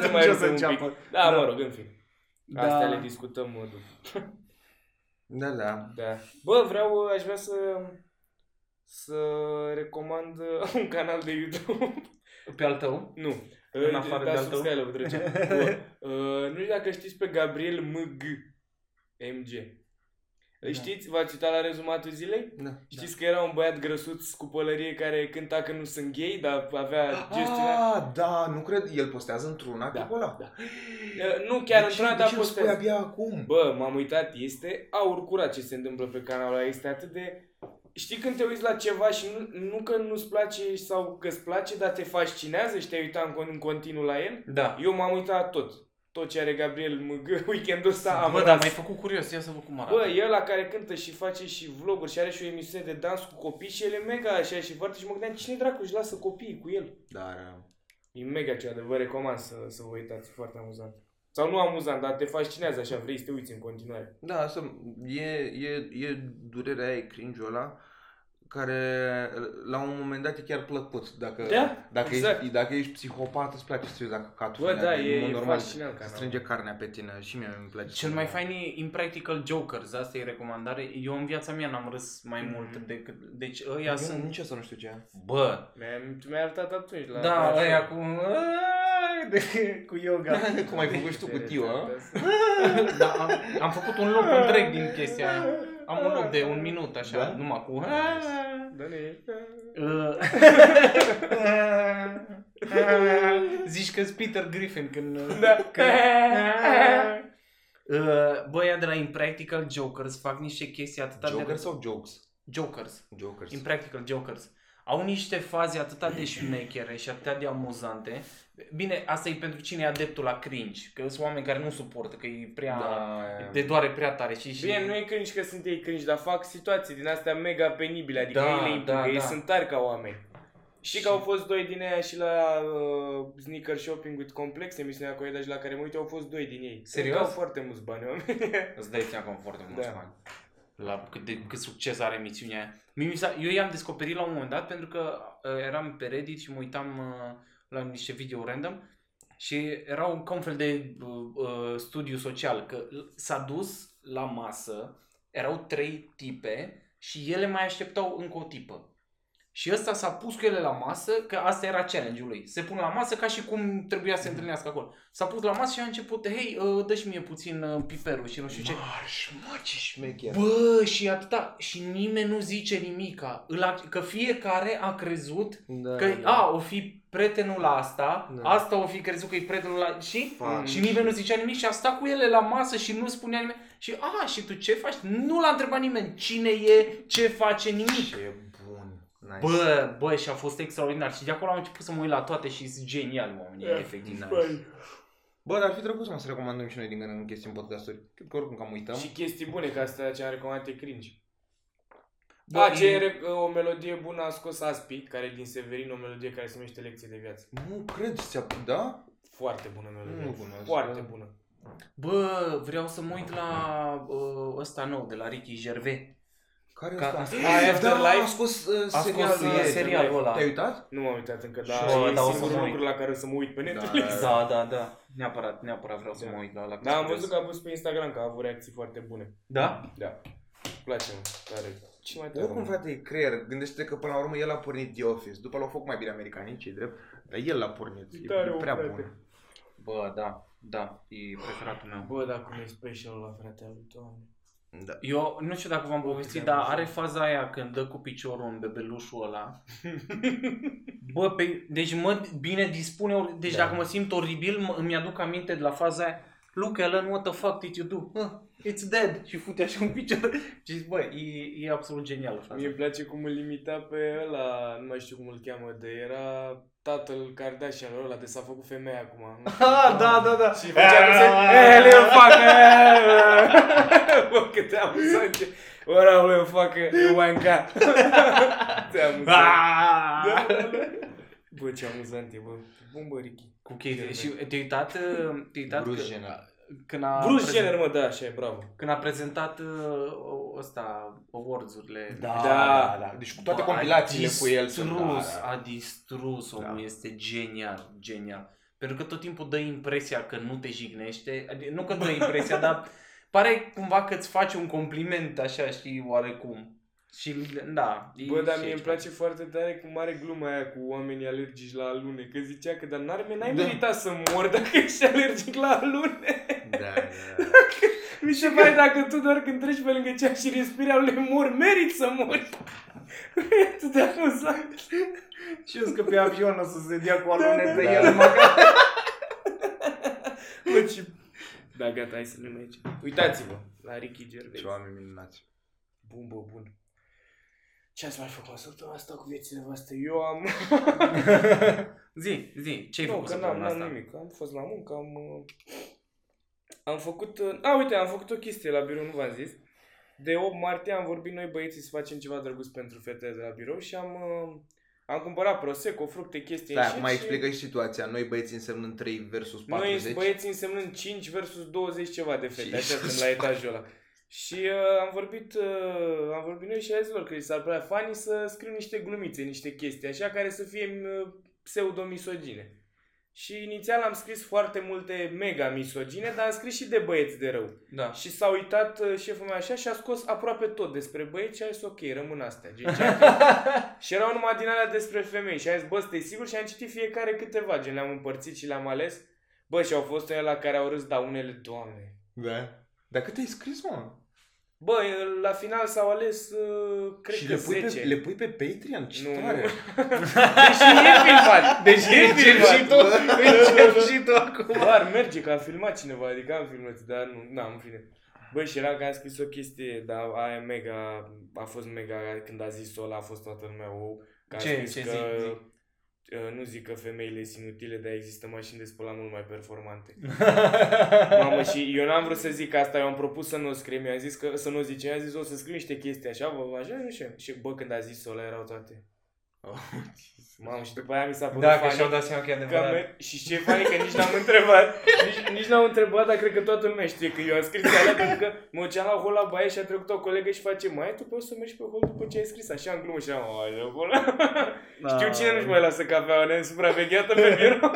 ne mai
Atunci o să
rupem un pic.
înceapă.
Da,
Da.
mă rog, în fine.
Da.
Astea le discutăm mă, după.
Da, da.
Da. Bă, vreau, aș vrea să să recomand uh, un canal de YouTube.
Pe al tău?
nu. da,
În afară de al tău?
subscribe-ul, vă trece. Bun. Uh, nu știu dacă știți pe Gabriel MG. MG.
Da.
Știți, v-ați uitat la rezumatul zilei?
da.
Știți că era un băiat grăsuț cu pălărie care cânta că nu sunt gay, dar avea gestiunea...
Ah, da, nu cred. El postează într-una
Da,
da, ăla.
da. Uh, Nu chiar
de ce,
într-una,
de
dar
ce îmi spui
postează.
abia acum?
Băi, Bă, m-am uitat, este aur curat ce se întâmplă pe canalul ăla, este atât de... Știi când te uiți la ceva și nu, nu că nu-ți place sau că îți place, dar te fascinează și te-ai uitat în, con- în continuu la el?
Da.
Eu m-am uitat la tot. Tot ce are Gabriel Mg, weekendul ăsta Da, am
Bă, dar
ras.
m-ai făcut curios, ia să văd cum arată.
Bă, e ăla care cântă și face și vloguri și are și o emisiune
Da,
de dans cu copii și el e mega așa și foarte și mă gândeam cine dracu își lasă copiii cu el.
Dar
E mega cea vă recomand să, să vă uitați, e foarte amuzant. Sau nu amuzant, dar te fascinează așa, vrei să te uiți în continuare.
Da, asta e, e, e durerea aia, e cringe ăla, care la un moment dat e chiar plăcut. Dacă,
Da,
dacă,
exact.
ești, dacă ești psihopat, îți place să te uiți dacă catul
Bă,
în
da,
ea,
e-
mod
e
normal,
fascinant
se
canalul.
strânge carnea pe tine și mie îmi place.
Cel mai fain e Impractical Jokers, asta e recomandare. Eu în viața mea n-am râs mai
Mhm. Păi
mult decât... Deci ăia
Eu
sunt...
nici asta nu știu ce e.
Bă,
Mi-am, tu mi-ai arătat atunci la...
da,
la
ăia
show.
cu... Aaa, de- cu yoga.
Cum ai făcut și tu cu
Interesant,
tiu, a?
asta.
da, am, am făcut un loc întreg din chestia aia. Am un loc de un minut, așa,
Da?
numai cu...
Da-ne.
Uh, Zici că Peter Griffin când...
Da.
Când... Uh, Băia de la Impractical Jokers fac niște chestii atâta de...
Joker sau jokes?
Jokers.
Jokers.
Impractical Jokers. Au niște faze atâta de șmechere și atâta de amuzante. Bine, asta e pentru cine e adeptul la cringe. Că sunt oameni care nu suportă, că e prea...
Da.
Te doare prea tare și... și...
Bine, nu e cringe că sunt ei cringe, dar fac situații din astea mega penibile, adică
Da,
ei le implică,
da,
ei
da.
sunt tari ca oameni. Și că au fost doi din ei și la uh, Sneaker Shopping with Complex, emisiunea cu Eda și la care mă uit, au fost doi din ei.
Serios?
Că au foarte mulți bani oameni.
Îți dai seama că am foarte mulți
Da.
da. bani. La cât, de, cât succes are emisiunea aia. Mie mi s-a- Eu i-am descoperit la un moment dat pentru că uh, eram pe Reddit și mă uitam uh, la niște video random și era un, ca un fel de uh, uh, studiu social, că l- s-a dus la masă, erau trei tipe și ele mai așteptau încă o tipă. Și ăsta s-a pus cu ele la masă, că asta era challenge-ul lui. Se pun la masă ca și cum trebuia să se întâlnească acolo. S-a pus la masă și a început, hei, uh, dă și mie puțin uh, piperul și nu știu ce.
Marș, mă, ce șmecher.
Bă, și atâta, și nimeni nu zice nimica, Îl ac- că fiecare a crezut
Da,
că, a, o fi prietenul la asta,
Da.
asta o fi crezut că e prietenul la, și?
Fac.
Și nimeni nu zicea nimic și a stat cu ele la masă și nu spunea nimeni. Și, a, și tu ce faci? Nu l-a întrebat nimeni cine e, ce face, nimic.
Ce bun. Nice.
Bă, bă, și a fost extraordinar și de acolo am început să mă uit la toate și sunt genial oamenii,
Da.
efectiv.
Bani.
Bă, dar ar fi drăguț mă, să recomandăm și noi din când în când chestii în podcasturi. Cred că oricum cam uităm.
Și chestii bune, că asta ce am recomandat e cringe.
Bă,
Da,
e-
ce e o melodie bună a scos Aspi, care e din Severin, o melodie care se numește Lecție de viață.
Nu cred, ți-a... Da?
Foarte bună melodie.
Nu cunosc,
Foarte
da.
bună.
Bă, vreau să mă uit la uh, ăsta nou, de la Ricky Gervais.
Care
Ca-
Ca...
Ah, Afterlife?
Da, a scos uh,
A
serialul
scos uh,
ieri.
serialul ăla.
Te-ai uitat?
Nu m-am uitat încă,
Și-
dar e
da, o să
singurul
mă uit.
lucru la care o să mă uit pe net.
Da.
Da, da, da. Neapărat, neapărat vreau să
Da.
mă uit la la
Da, am văzut că a pus pe Instagram că a avut reacții foarte bune.
Da?
Da. Îmi place, mă, tare. Ce mai tare?
Oricum,
mă?
frate, e creier. Gândește-te că până la urmă el a pornit The Office. După l-au făcut mai bine americanii, ce drept. Dar el l-a pornit.
E
E,
tare, mă,
prea
frate.
bun.
Bă, da, da, e preferatul meu.
Bă, dar cum e special la fratele lui Doamne.
Da.
Eu nu știu dacă v-am povestit,
Uite, am
dar
văzut.
are faza aia când dă cu piciorul în bebelușul ăla. Bă, pe, deci mă bine dispune, ori- deci
Da.
dacă mă simt oribil, mă, îmi aduc aminte de la faza aia. Look, Ellen, what the fuck did you do? Huh, it's dead. Și fute așa un picior. Și zici, bă, e, e absolut genială faza.
Mie îmi place cum îl imita pe ăla, nu mai știu cum îl cheamă, de era tatăl Kardashian ăla, de s-a făcut femeia acum. nu știu.
Ah, da, da, da.
Și făcea cu se- Eh, le fac, eh. Bă, cât am sânge. Ora le fac, eh, wanca. Te amuzant.
Ah!
Bă, ce amuzant e, bă. Bun, bă, Ricky.
Cu Kate. Și te-ai uitat, uh, te-ai uitat
Bruce
că-
Jenner.
când a,
Bruce
prezent-
Jenner, mă, da, așa e, bravo.
când a prezentat uh, o- ăsta, awards-urile.
Da.
Deci cu toate
Bă,
compilațiile
a
cu el sunt...
Distrus,
da, da.
a distrus omul,
Da.
este genial, genial. Pentru că tot timpul dă impresia că nu te jignește, adică, nu că dă impresia, dar pare cumva că îți face un compliment așa, știi, oarecum. Și da, e
Bă, dar
și
mie îmi
aici.
place foarte tare cum are gluma aia cu oamenii alergici la alune. Că zicea că, dar n-ar, n-ai
Da.
meritat să mor dacă ești alergic la alune.
Da, da, da.
Mi se pare dacă tu doar când treci pe lângă cea și respiri alune mor, merit să mori. tu de amuzant.
Și eu zic că pe avion o să se dea cu alune
da,
pe
da.
el, măcar.
Bă, ce... Da, gata, hai să ne mai aici. Uitați-vă la Ricky Gervais.
Ce oameni Deci minunați.
Bun, bă, bun. Ce ați mai făcut săptămâna asta cu viețile voastre? Eu am...
Zi, zi, ce-ai
Nu,
făcut
că n-am,
săptămâna
n-am
asta?
nimic. Am fost la muncă, am... uh, Am făcut... uh, A, uite, am făcut o chestie la birou, nu v-am zis. De 8 martie am vorbit noi băieții să facem ceva drăguț pentru fetele de la birou și am... uh, Am cumpărat Prosecco, fructe, chestii
Da,
în șir
acum
și-
explică și situația. Noi băieți însemnând 3 versus 40.
Noi băieți însemnând 5 versus 20 ceva de fete, așa
Jesus.
sunt la etajul ăla. Și uh, am vorbit, uh, am vorbit noi și a zis lor că li s-ar părea funny să scriu niște glumițe, niște chestii așa care să fie uh, pseudomisogine. Și inițial am scris foarte multe mega misogine, dar am scris și de băieți de rău.
Da.
Și s-a uitat uh, șeful meu așa și a scos aproape tot despre băieți și a zis ok, rămân astea. Gen, ce ai zis? și erau numai din alea despre femei și a zis bă, stai sigur? Și am citit fiecare câteva, gen le-am împărțit și le-am ales. Bă, și au fost unele la care au râs, dar unele, doamne.
Da. Dar cât ai scris, mă?
Bă, la final s-au ales, uh, cred
și
că
le pui,
10.
pe, le pui pe Patreon? Ce
Nu,
tare!
nu. Deși Deci e filmat.
Deci
Deși e
Încerc
filmat.
și tu, încerc și tu acum.
Bă, ar merge că am filmat cineva, adică am filmat, dar nu, n-am, în fine. Bă, și era că am scris o chestie, dar aia mega, a fost mega, când a zis-o ăla, a fost toată lumea ou. Că a
Ce-
scris
ce
că,
zic, zic?
uh, Nu zic că femeile sunt inutile, dar există mașini de spălat mult mai performante. Mamă, și eu n-am vrut să zic asta, eu am propus să nu o scriu, mi-am zis că să nu o zice, mi-am zis o să scriu niște chestii așa, bă, așa, nu știu. Și bă, când a zis-o ăla erau toate. Mamă, și după aia mi s-a părut
Da, că
funny.
Oh, și-au dat seama că e
Că am
adevărat.
mer- și ce fain că nici n-am întrebat, nici, nici n-am întrebat, dar cred că toată lumea știe că eu am scris alea pentru că mă duceam la hol la baie și a trecut o colegă și face, mai tu poți să mergi pe hol după ce ai scris, așa în glumă și am, "Ai, de acolo."
Da.
Da.
Știu cine nu-și mai lasă cafeaua nesupravegheată pe birou.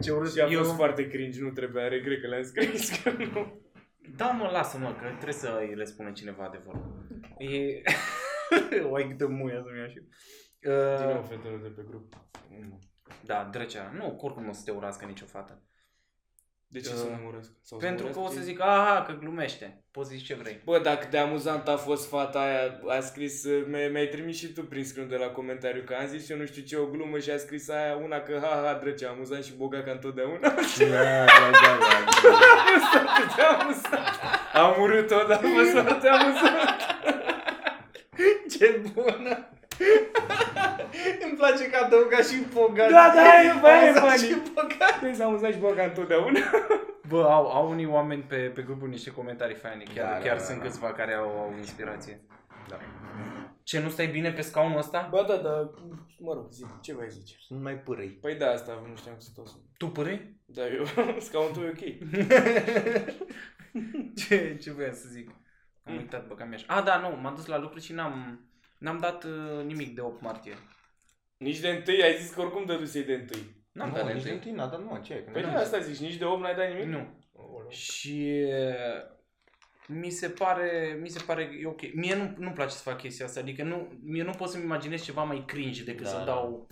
Ce urât.
și a fost
Eu...
foarte cringe, nu trebuia, regret că le-am scris, că nu.
Da, mă, lasă-mă, că trebuie să îi răspundă cineva adevărul. E... Oai câtă muia să-mi iau și...
Din nou,
Uh,
fetelor de pe grup. Nu.
da, drăcea. Nu, că oricum nu o să te urască nicio fată.
De ce
Uh,
să mă urăsc? Sau să
Pentru
mă
că o
urăsc?
să zic, aha, că glumește. Poți zici ce vrei.
Bă, dar cât de amuzant a fost fata aia, a scris, mi- mi-ai trimis și tu prin screen de la comentariu, că am zis eu nu știu ce o glumă și a scris aia una că ha ha drăcea, amuzant și boga ca întotdeauna.
Da, da, da, da.
Atât de amuzant. Am urât-o, dar mă sunt atât de amuzant.
Ce bună! Îmi place că adăuga și pogan.
Da, da, e, bă, e
Adăuga
funny.
și pogan.
Deci s-a amuzat și boga întotdeauna.
Bă, au, au unii oameni pe, pe grupul niște comentarii faine. Chiar,
Da, da,
chiar
da,
sunt
da.
câțiva care au, au inspirație.
Da.
Ce, nu stai bine pe scaunul ăsta?
Ba da, da, mă rog, zi, ce vei zice?
Sunt mai pârâi.
Păi da, asta nu știam să tot sunt.
Tu pârâi?
Da, eu, scaunul tău e ok.
ce, ce voiam să zic? Am
Mm.
uitat, bă, că mi-aș... A, da, nu, m-am dus la lucru și n-am, n-am dat uh, nimic de 8 martie.
Nici de întâi, ai zis că oricum dădusei de întâi.
N-am
Nu,
dat de
nici de
întâi.
întâi n-a dat, nu, ce ai?
Păi da, asta zici, nici de 8 n-ai dat nimic?
Nu.
Aoleu.
Și uh, mi se pare, mi se pare e ok. Mie nu, nu-mi place să fac chestia asta, adică nu, mie nu pot să-mi imaginez ceva mai cringe decât
Da,
să
da.
dau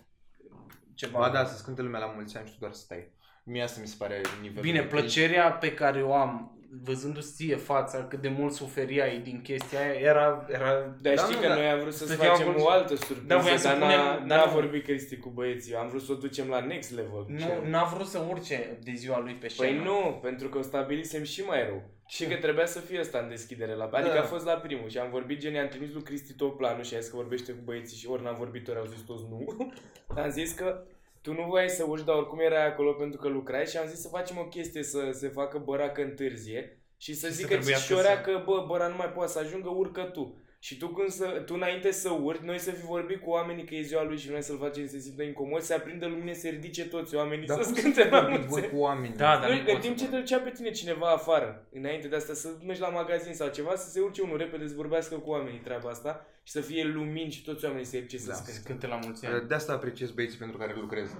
ceva.
Ba da, să-ți cânte lumea la mulți ani și tu doar stai. Mie asta mi se pare nivelul.
Bine,
de-
plăcerea pe care o am văzându-ți ție fața cât de mult suferiai din chestia aia era, era
Dar
Da,
știi
mă,
că
da.
noi am vrut să,
Să fim
facem
acolo.
o altă surpriză,
Da, voiam
dar
să
n-a,
punem-
n-a
da.
vorbit Cristi cu băieții. Eu am vrut să o ducem la next level.
nu, n-a vrut să urce de ziua lui pe scenă.
Păi nu, pentru că o stabilisem și mai rău. Și că trebuia să fie asta în deschidere la... Adică
Da.
a fost la primul și am vorbit gen, i-am trimis lui Cristi tot planul și a zis că vorbește cu băieții și ori n-am vorbit, ori au zis toți nu. am zis că tu nu voiai să urci, dar oricum erai acolo pentru că lucrai și am zis să facem o chestie să se facă băra că întârzie și să
Și să
zică
trebuiască
și ora
să-
că bă, băra nu mai poate să ajungă, urcă tu. Și tu când să, tu înainte să urci, noi să fi vorbit cu oamenii că e ziua lui și noi să-l facem să se simtă incomod, se aprindă lumine, se ridice toți oamenii
Dar
să
cum
scânte la
Vorbit
mulțime.
voi cu oamenii.
Da, dar
Nu,
nu,
în
pot
timp
să
ce te ducea pe tine cineva afară, înainte de asta, să mergi la magazin sau ceva, să se urce unul repede, să vorbească cu oamenii treaba asta și să fie lumini și toți oamenii să ce să
Da.
scrie.
Cânte la mulți ani.
Uh, De asta apreciez băieții pentru care lucrez.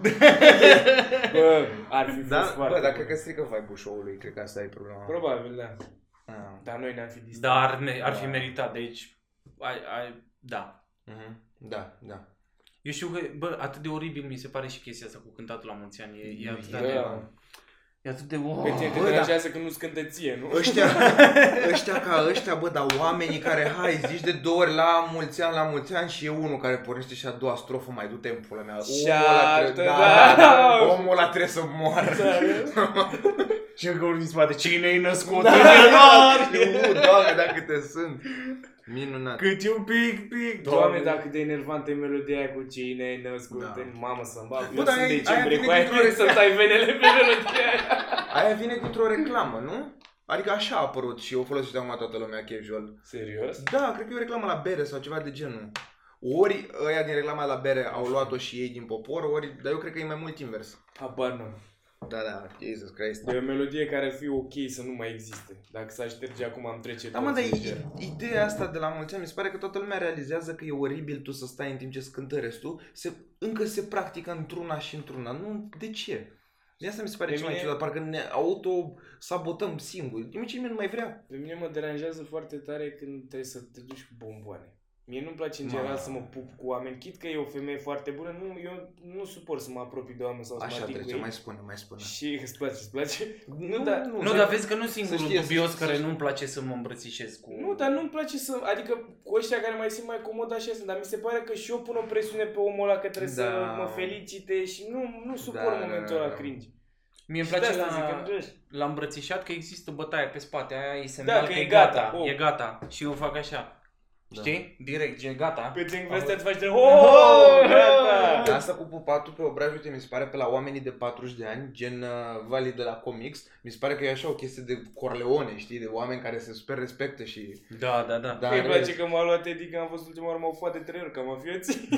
Bă, ar fi fost
Da,
foarte
bă,
bun.
dar cred că strică vibe-ul show-ului, cred că asta e problema.
Probabil, da.
Ah.
Dar noi ne-am fi distrat.
Dar ne- ar fi
Da.
meritat, deci ai, ai, da,
Mhm. Da, da.
Eu știu că, bă, atât de oribil mi se pare și chestia asta cu cântatul la mulți ani. E, e atât
Da.
de... E atât de...
Pe tine te
Bă, da.
deranjează că nu-ți cântă ție, nu?
Ăștia, ăștia ca ăștia, bă, dar oamenii care, hai, zici de două ori la mulți ani, la mulți ani și e unul care pornește și a doua strofă, mai du-te în pula mea. Omul ăla,
Șartă,
trebuie,
da.
da, da, da, omul ăla trebuie să moară.
Da.
Și încă unul din spate, cine e născut
Da,
în ianuarie?
Nu, doamne, dacă te sunt. Minunat.
Cât eu pic, pic,
Doamne, dacă de enervantă e melodia aia cu cine ai născut,
Da.
în mamă să-mi bag.
Bă,
Eu
dar
sunt
aia-
decembrie,
aia vine
cu aia
dintr-o
trebuie
rețea.
să-mi tai venele pe melodia aia.
Aia vine dintr-o reclamă, nu? Adică așa a apărut și o folosește acum toată lumea casual.
Serios?
Da, cred că e o reclamă la bere sau ceva de genul. Ori ăia din reclama la bere au luat-o și ei din popor, ori, dar eu cred că e mai mult invers.
Habar n-am.
Da, da, Jesus Christ.
De o melodie care ar fi ok să nu mai existe. Dacă s-ar șterge acum am trece
Da, mă, dar
toți
i-
liber.
i- ideea asta de la mulți ani, mi se pare că toată lumea realizează că e oribil tu să stai în timp ce îți cântă restul, se, încă se practică într-una și într-una. Nu, de ce? De asta mi se pare
Pe
cel mai
mine-
ciudat, parcă ne auto-sabotăm singuri. Nimic ce nimeni nu mai vrea.
Pe mine mă deranjează foarte tare când trebuie să te duci cu bomboane. Mie nu-mi place în
Ma.
general să mă pup cu oameni, chit că e o femeie foarte bună, nu, eu nu suport să mă apropii de oameni sau să mă
Așa
ating cu
trece,
ei.
mai spune, mai spune.
Și îți place, îți place?
Nu,
dar-
nu,
Nu, dar vezi că nu singurul
știe, să
dubios
știe, să
care
știe.
nu-mi place să mă îmbrățișez cu...
Nu, dar nu-mi place să... Adică cu ăștia care mai simt mai comod așa sunt, dar mi se pare că și eu pun o presiune pe omul ăla că trebuie
Da.
să mă felicite și nu, nu suport
Da, da,
momentul
da,
ăla
da.
cringe.
Mie îmi
Și de
place
asta zic că
la,
îmi treci.
la îmbrățișat că există bătaie pe spate, aia e semnal
că
că,
e
e
gata,
gata,
oh.
e gata. Și eu fac așa.
Da.
Știi? Direct, gen gata.
Pe te
Auzi.
astea îți faci de... Oh,
Dar
gata!
Asta cu pupatul pe obraj, uite, mi se pare pe la oamenii de 40 de ani, gen uh, Vali de la comics, mi se pare că e așa o chestie de corleone, știi, de oameni care se super respectă și...
Da, da, da.
Îi
în
place
rest-
că m-a luat Eddie, că am fost ultima oară, m-au fuat de trei ori, ca mafioții.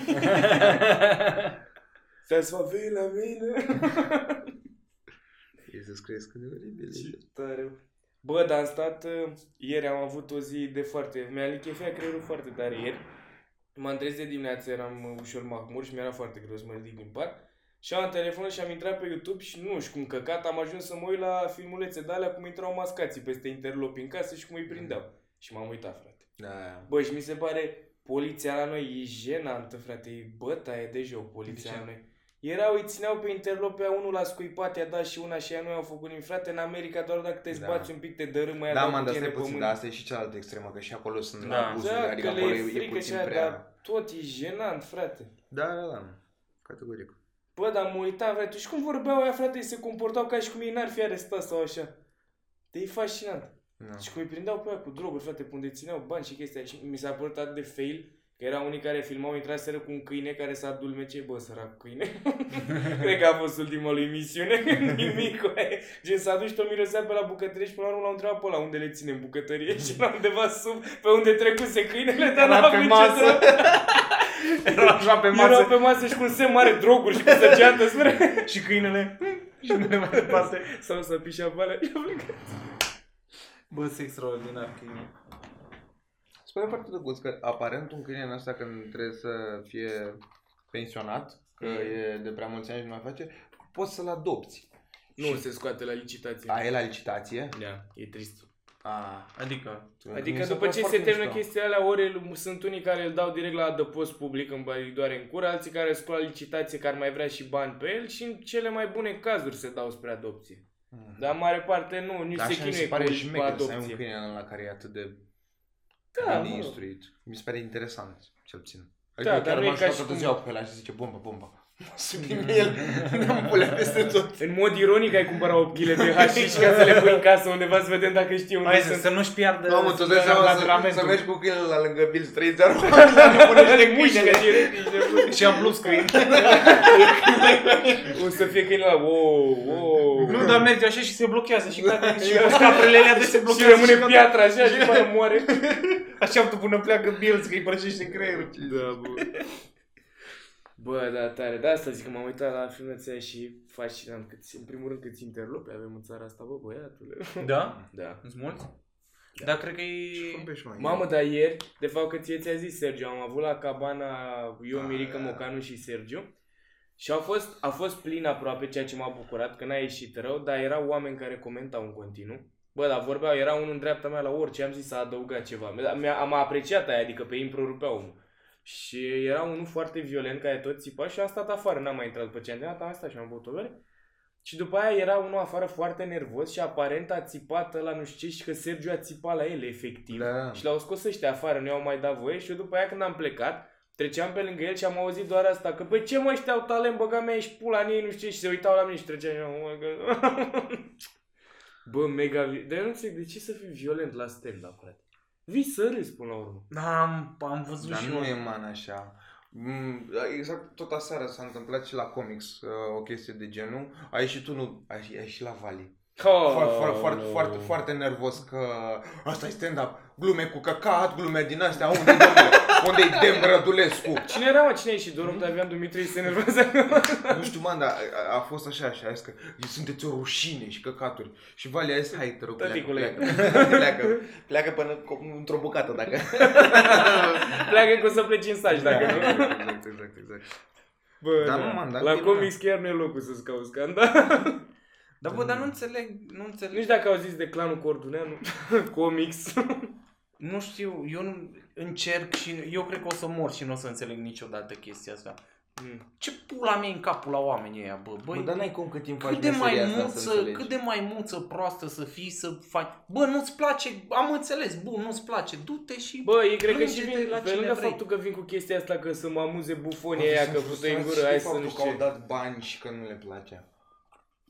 Să să vei la mine.
Jesus Christ, cât de oribil
Ce
e.
tare. Bă, dar am stat, uh, ieri am avut o zi de foarte, mi-a lichefea creierul foarte tare ieri. M-am trezit de dimineață, eram uh, ușor mahmur și mi-era foarte greu să mă ridic din pat. Și am luat telefon și am intrat pe YouTube și nu știu cum căcat, am ajuns să mă uit la filmulețe de alea cum intrau mascații peste interlopi în casă și cum îi prindeau. Și m-am uitat, frate.
Da.
Bă, și mi se pare poliția la noi e jenantă, frate, e bătaie de joc poliția
De ce?
la noi. Erau, îi țineau pe interlop pe unul la scuipat, i-a dat și una și ea nu i-au făcut nimic. Frate, în America doar dacă te
Da.
zbați un pic te dărâmă ea
Da,
dau
mă,
cu
dar
tine
stai
pe
puțin,
mână.
dar asta e și cealaltă extremă, că și acolo sunt
Da.
abuzuri,
Da,
adică
că
acolo
le e
e, e
frică și
puțin
aia,
prea...
dar tot e jenant, frate.
Da, da, da, categoric.
Bă, dar mă uitam, frate, și cum vorbeau aia, frate, se comportau ca și cum ei n-ar fi arestat sau așa. Te e fascinant.
Da.
Și cum îi prindeau pe aia cu droguri, frate, pe unde țineau bani și chestia aia. și mi s-a părut atât de fail că erau unii care filmau, intraseră cu un câine care s-a dulmece, bă, sărac câine. Cred că a fost ultima lui misiune, nimic, cu aia. Gen, s-a dus și tot mirosea pe la bucătărie și până la urmă l-au întrebat pe ăla unde le ține în bucătărie și la undeva sub, pe unde trecuse câinele, dar
Era
n-a
pe
avut
masă.
ce să...
Era așa pe
Erau
masă
pe masă și cu un semn mare droguri și cu săgeată spre...
și câinele și nu mai departe.
Sau să pișa pe alea și a plecat.
Bă, sunt extraordinar câine.
Da.
Spune foarte drăguț că aparent un câine în asta când trebuie să fie pensionat, că
Mm.
e de prea mulți ani și nu mai face, poți să-l adopți.
Nu se scoate la licitație.
A, e la licitație?
Da, e trist.
A,
Adică,
Păi mi
Adică
s-a
după
părut
ce se
foarte
termină
mișto.
chestiile alea, ori îl- sunt unii care îl dau direct la adăpost public în bani doare în cură, alții care scură licitație care ar mai vrea și bani pe el și în cele mai bune cazuri se dau spre adopție.
Mm.
Dar în mare parte nu, nici
Dar
Da, se
așa mi se
chinuie
pare
cu, cu
șmecher să ai un
adopție.
câine la care e atât de
Da,
bine
mă rog.
instruit. Mi se pare interesant, cel puțin.
dar
Adică chiar
nu e
m-aș
ca
lua
și
toată
cum- Mm.
ziua pe ăla și zice bombă, bombă. Să primi el, ne-am pulea peste tot.
În mod ironic ai cumpărat 8 kg de hașiș ca să le pui în casă undeva să vedem dacă știu unde
hai să,
sunt.
să nu-și piardă
Mamă, tu dai seama să, să
angajamentul.
mergi cu câinele la lângă Bill Street, dar nu punește
Îl mușcă
câinele.
direct, nici de bun.
Și am blue screen.
O să fie câinele la wow, wow.
nu, dar merge așa și se blochează și cade și caprele alea de se
Și
blochează.
rămâne
cade.
piatra așa și după aia moare.
Așa tu până pleacă Bills că îi prăjește creierul.
Da, bă. Bă, da, tare. De asta zic că m-am uitat la filmețe aia și fascinant cât, în primul rând câți interlopi avem în țara asta, bă, băiatule.
Da?
Da.
Sunt mulți? Dar cred că e...
Mamă, dar ieri, de fapt că ție ți-a zis Sergio, am avut la cabana eu,
Da,
Mirica,
da.
Mocanu și Sergio. Și a fost, a fost plin aproape, ceea ce m-a bucurat, că n-a ieșit rău, dar erau oameni care comentau în continuu. Bă, dar vorbeau, era unul în dreapta mea la orice, am zis să adăugat ceva. Mi-a, am apreciat aia, adică pe ei îmi prorupea omul. Și era unul foarte violent care tot țipa și am stat afară, n-am mai intrat pe ce am intrat, am stat și am băut o bere. Și după aia era unul afară foarte nervos și aparent a țipat la nu știu ce și că Sergiu a țipat la el efectiv.
Da.
Și l-au scos ăștia afară, nu i-au mai dat voie și eu după aia când am plecat, treceam pe lângă el și am auzit doar asta, că pe ce mă ăștia au talent, băga mea ești pula în ei, nu știu ce, și se uitau la mine și treceam și eu, "Mă, că... Bă, mega... vi- Dar eu nu înțeleg, de ce să fii violent la stand-up, frate? Vii să râzi până la urmă.
Da, am, am văzut
Dar
și
nu
eu.
e man așa. Mm, Exact, tot aseară s-a întâmplat și la comics uh, o chestie de genul. A ieșit unul, a, ieșit- a ieșit la Vali.
Oh,
Foarte, foarte, foarte, foarte, foarte nervos că asta e stand-up. Glume cu căcat, glume din astea, unde domnule? Unde-i Dem Rădulescu?
Cine era, mă? Cine e și Doru Octavian Dumitrie se enervează?
Nu știu, man, dar a- a, a fost așa și a zis că sunteți o rușine și căcaturi. Și Vali a zis, hai, te rog, pleacă,
Tăticule.
pleacă, pleacă, pleacă până co- într-o bucată, dacă...
Pleacă că o să pleci în staj, Deci dacă nu.
Exact, exact, exact.
Bă, da.
Dar nu, man, dar
la
e bună.
comics chiar nu e locul să-ți cauți scandal.
Dar bă, dar nu înțeleg, nu
nu
înțeleg.
știu dacă auziți de clanul Corduneanu. comics.
Nu știu, eu nu încerc și eu cred că o să mor și nu o să înțeleg niciodată chestia asta.
Mm.
Ce pula mea e în capul la oamenii ăia, bă?
Bă,
Băi,
dar n-ai cum cât timp faci
cât de mai
meseria asta să
muță,
înțelegi.
cât de mai muță proastă să fii, să faci. Bă, nu-ți place, am înțeles, bun, nu-ți place, du-te și... Bă,
Bă, ei cred că și
Plânge-te
vin,
la
pe
cine
lângă
vrei.
faptul că vin cu chestia asta că să mă amuze bufonii
Poate
aia
sunt
că puteai în
frustrați
gură,
și
hai
de
să
faptul
nu
că au
știu ce.
dat bani și că nu le place.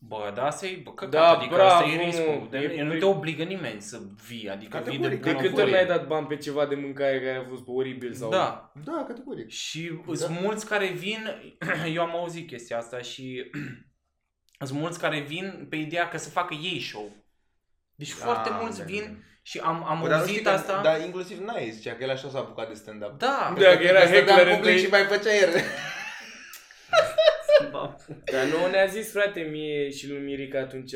bă da, asta e, bă, căcat,
Da,
adică asta e
bravo,
riscul. De,
e-
nu te obligă nimeni să vii, adică vii de
Categoric,
De
Când
câte
au
ori
fost
n-ai dat bani pe ceva de mâncare care a fost oribil sau...
Da,
Da, categoric.
Și
Da.
sunt mulți care vin, eu am auzit chestia asta și sunt mulți care vin pe ideea că să facă ei show. Deci foarte
Ah,
mulți
da,
vin
da, da.
și am, am
Bă, dar nu știi
auzit
că, da,
asta.
dar inclusiv n-ai zicea că el așa s-a apucat de stand-up.
da.
Da, că era
Că stătea
heckler
în public
între
și
ei.
mai făcea el.
da.
Dar nu ne-a zis, frate, mie și lui Mirica atunci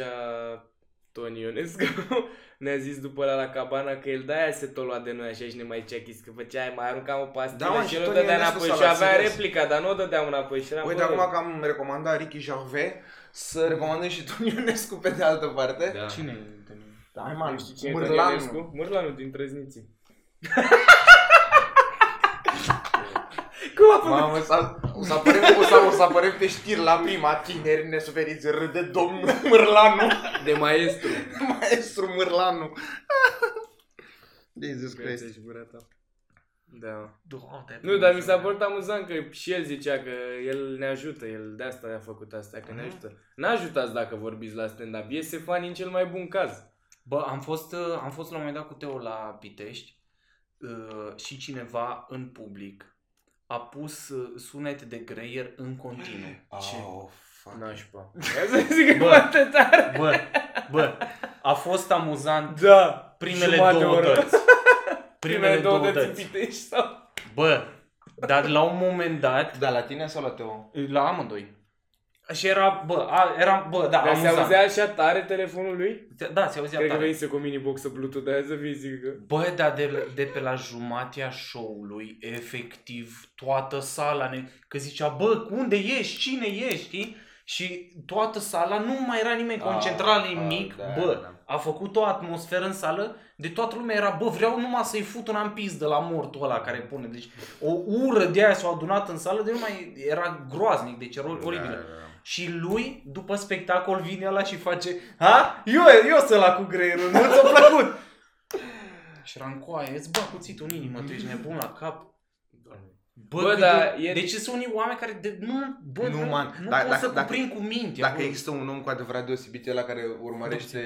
Toni Ionescu ne-a zis după la la cabana că el "Da, de-aia se tot lua de noi așa și ne mai zicea chis că făcea, mai aruncam o pastilă
Da, mă,
și
și
el o
Toni
dădea
Ionescu
înapoi
s-a
și
luat
avea
serios.
replica, dar nu o dădeam înapoi și eram,
Uite,
bă,
acum că am recomandat Ricky Gervais, să recomandăm și Toni Ionescu pe de altă parte.
Da.
Cine
Da, hai,
Nu
man,
știi cine e Toni
Mârlanu.
Ionescu? Mârlanu din Trăzniții. Cum a făcut?
Mamă, s-a- o să apărem, o să, o să apărem pe știri la prima, tineri nesuferiți, râde domnul Mârlanu,
De maestru.
maestru Mârlanu. Jesus Christ.
Gata-și deci, gura ta. Da.
Doamne,
Nu, dar mi s-a părut amuzant că și el zicea că el ne ajută, el de asta a făcut asta, că ne
Mhm.
ajută. N-ajutați dacă vorbiți la stand-up, iese fani în cel mai bun caz.
Bă, am fost, uh, am fost la un moment dat cu Teo la Pitești uh, și cineva în public a pus uh, sunet de greier în continuu.
Oh, fuck.
Nașpa. Ia să zic că
Bă.
foarte tare.
Bă, bă, a fost amuzant
Da.
primele
Jumătate
două
oră.
dăți.
Primele două dăți în Pitești sau...
Bă, dar la un moment dat,
Da, la tine sau la Teo?
la amândoi. Și era, bă, a, era, bă, da,
Dar se
amuzant.
auzea așa tare telefonul lui?
Se- Da, se auzea
Cred că
tare.
venise cu o mini-boxă Bluetooth, de aia să fie zic că...
Adică-
Bă, dar de, de pe la jumatea show-ului, efectiv, toată sala ne... Că zicea, bă, unde ești? Cine ești? Știi? Și toată sala, nu mai era nimeni concentrat la
Ah,
nimic,
ah, da,
bă,
da.
a făcut o atmosferă în sală, de toată lumea era, bă, vreau numai să-i fut un ampis de la mortul ăla care pune, deci o ură de aia s-a adunat în sală, de nu mai era groaznic, deci
Da,
era oribil.
Da,
Și lui, după spectacol, vine ăla și face Ha? Eu, eu sunt la cu greierul, nu ți-a plăcut? și eram cu aia, îți bag cuțitul în inimă, tu ești nebun la cap. Bă,
Bă,
bă
dar
de...
e-
deci sunt unii oameni care de... nu, bă,
Nu,
nu, nu,
man,
nu
da-
pot
dacă-
să
dacă-
cuprind cu mintea.
Dacă
bă.
există un om cu adevărat deosebit, e la care urmărește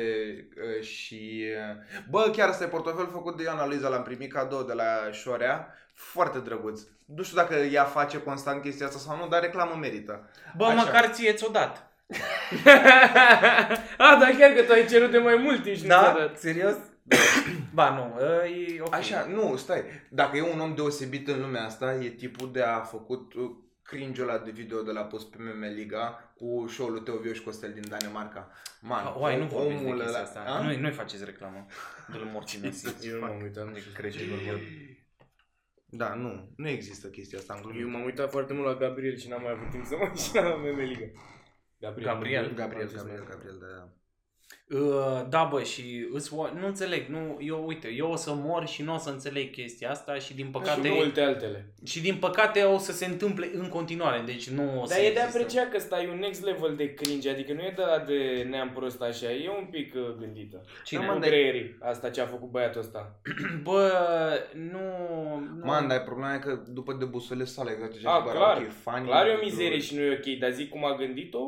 uh, și... uh, Bă, chiar ăsta e portofel făcut de Ioana Luiza, l-am primit cadou de la Șorea. Foarte drăguț. Nu știu dacă ea face constant chestia asta sau nu, dar reclamă merită.
Bă,
Așa.
măcar ție ți-o dat.
A, Ah, dar chiar că tu ai cerut de mai mult timp și nu ți-a
Da?
dat.
Serios? ba nu, ă, e ok.
Așa, nu, stai. Dacă e un om deosebit în lumea asta, e tipul de a făcut uh, cringe-ul ăla de video de la pus pe Meme Liga cu show-ul lui Teo Viu și Costel din Danemarca. Man,
A, Oai, nu vorbiți de
omul
chestia
ăla- A?
asta. Nu, nu-i faceți reclamă de la morții Messi.
Eu nu m-am uitat, nu cred că e normal.
Deci- Da, nu, nu există chestia asta în
Eu
glumă.
m-am uitat foarte mult la Gabriel și n-am mai avut timp să mă uit și la meme ligă. Gabriel.
Gabriel.
nu?
Gabriel,
Acest
Gabriel,
meme.
Gabriel, da.
Uh, da, bă, și îți, o- nu înțeleg, nu, eu uite, eu o să mor și nu o să înțeleg chestia asta și din păcate
Și
și,
multe altele.
din păcate o să se întâmple în continuare, deci nu o să
Dar e de
există.
apreciat că stai un next level de cringe, adică nu e de la de neam prost așa, e un pic uh, gândită.
Cine?
Nu
Man,
în
dar-
creierii, asta ce a făcut băiatul ăsta.
Bă, nu, nu
Man, dar problema e că după debusele sale, exact ce
A,
zicea,
clar.
ok, funny,
Clar e o mizerie
drăguț.
și nu e ok, dar zic cum a gândit-o,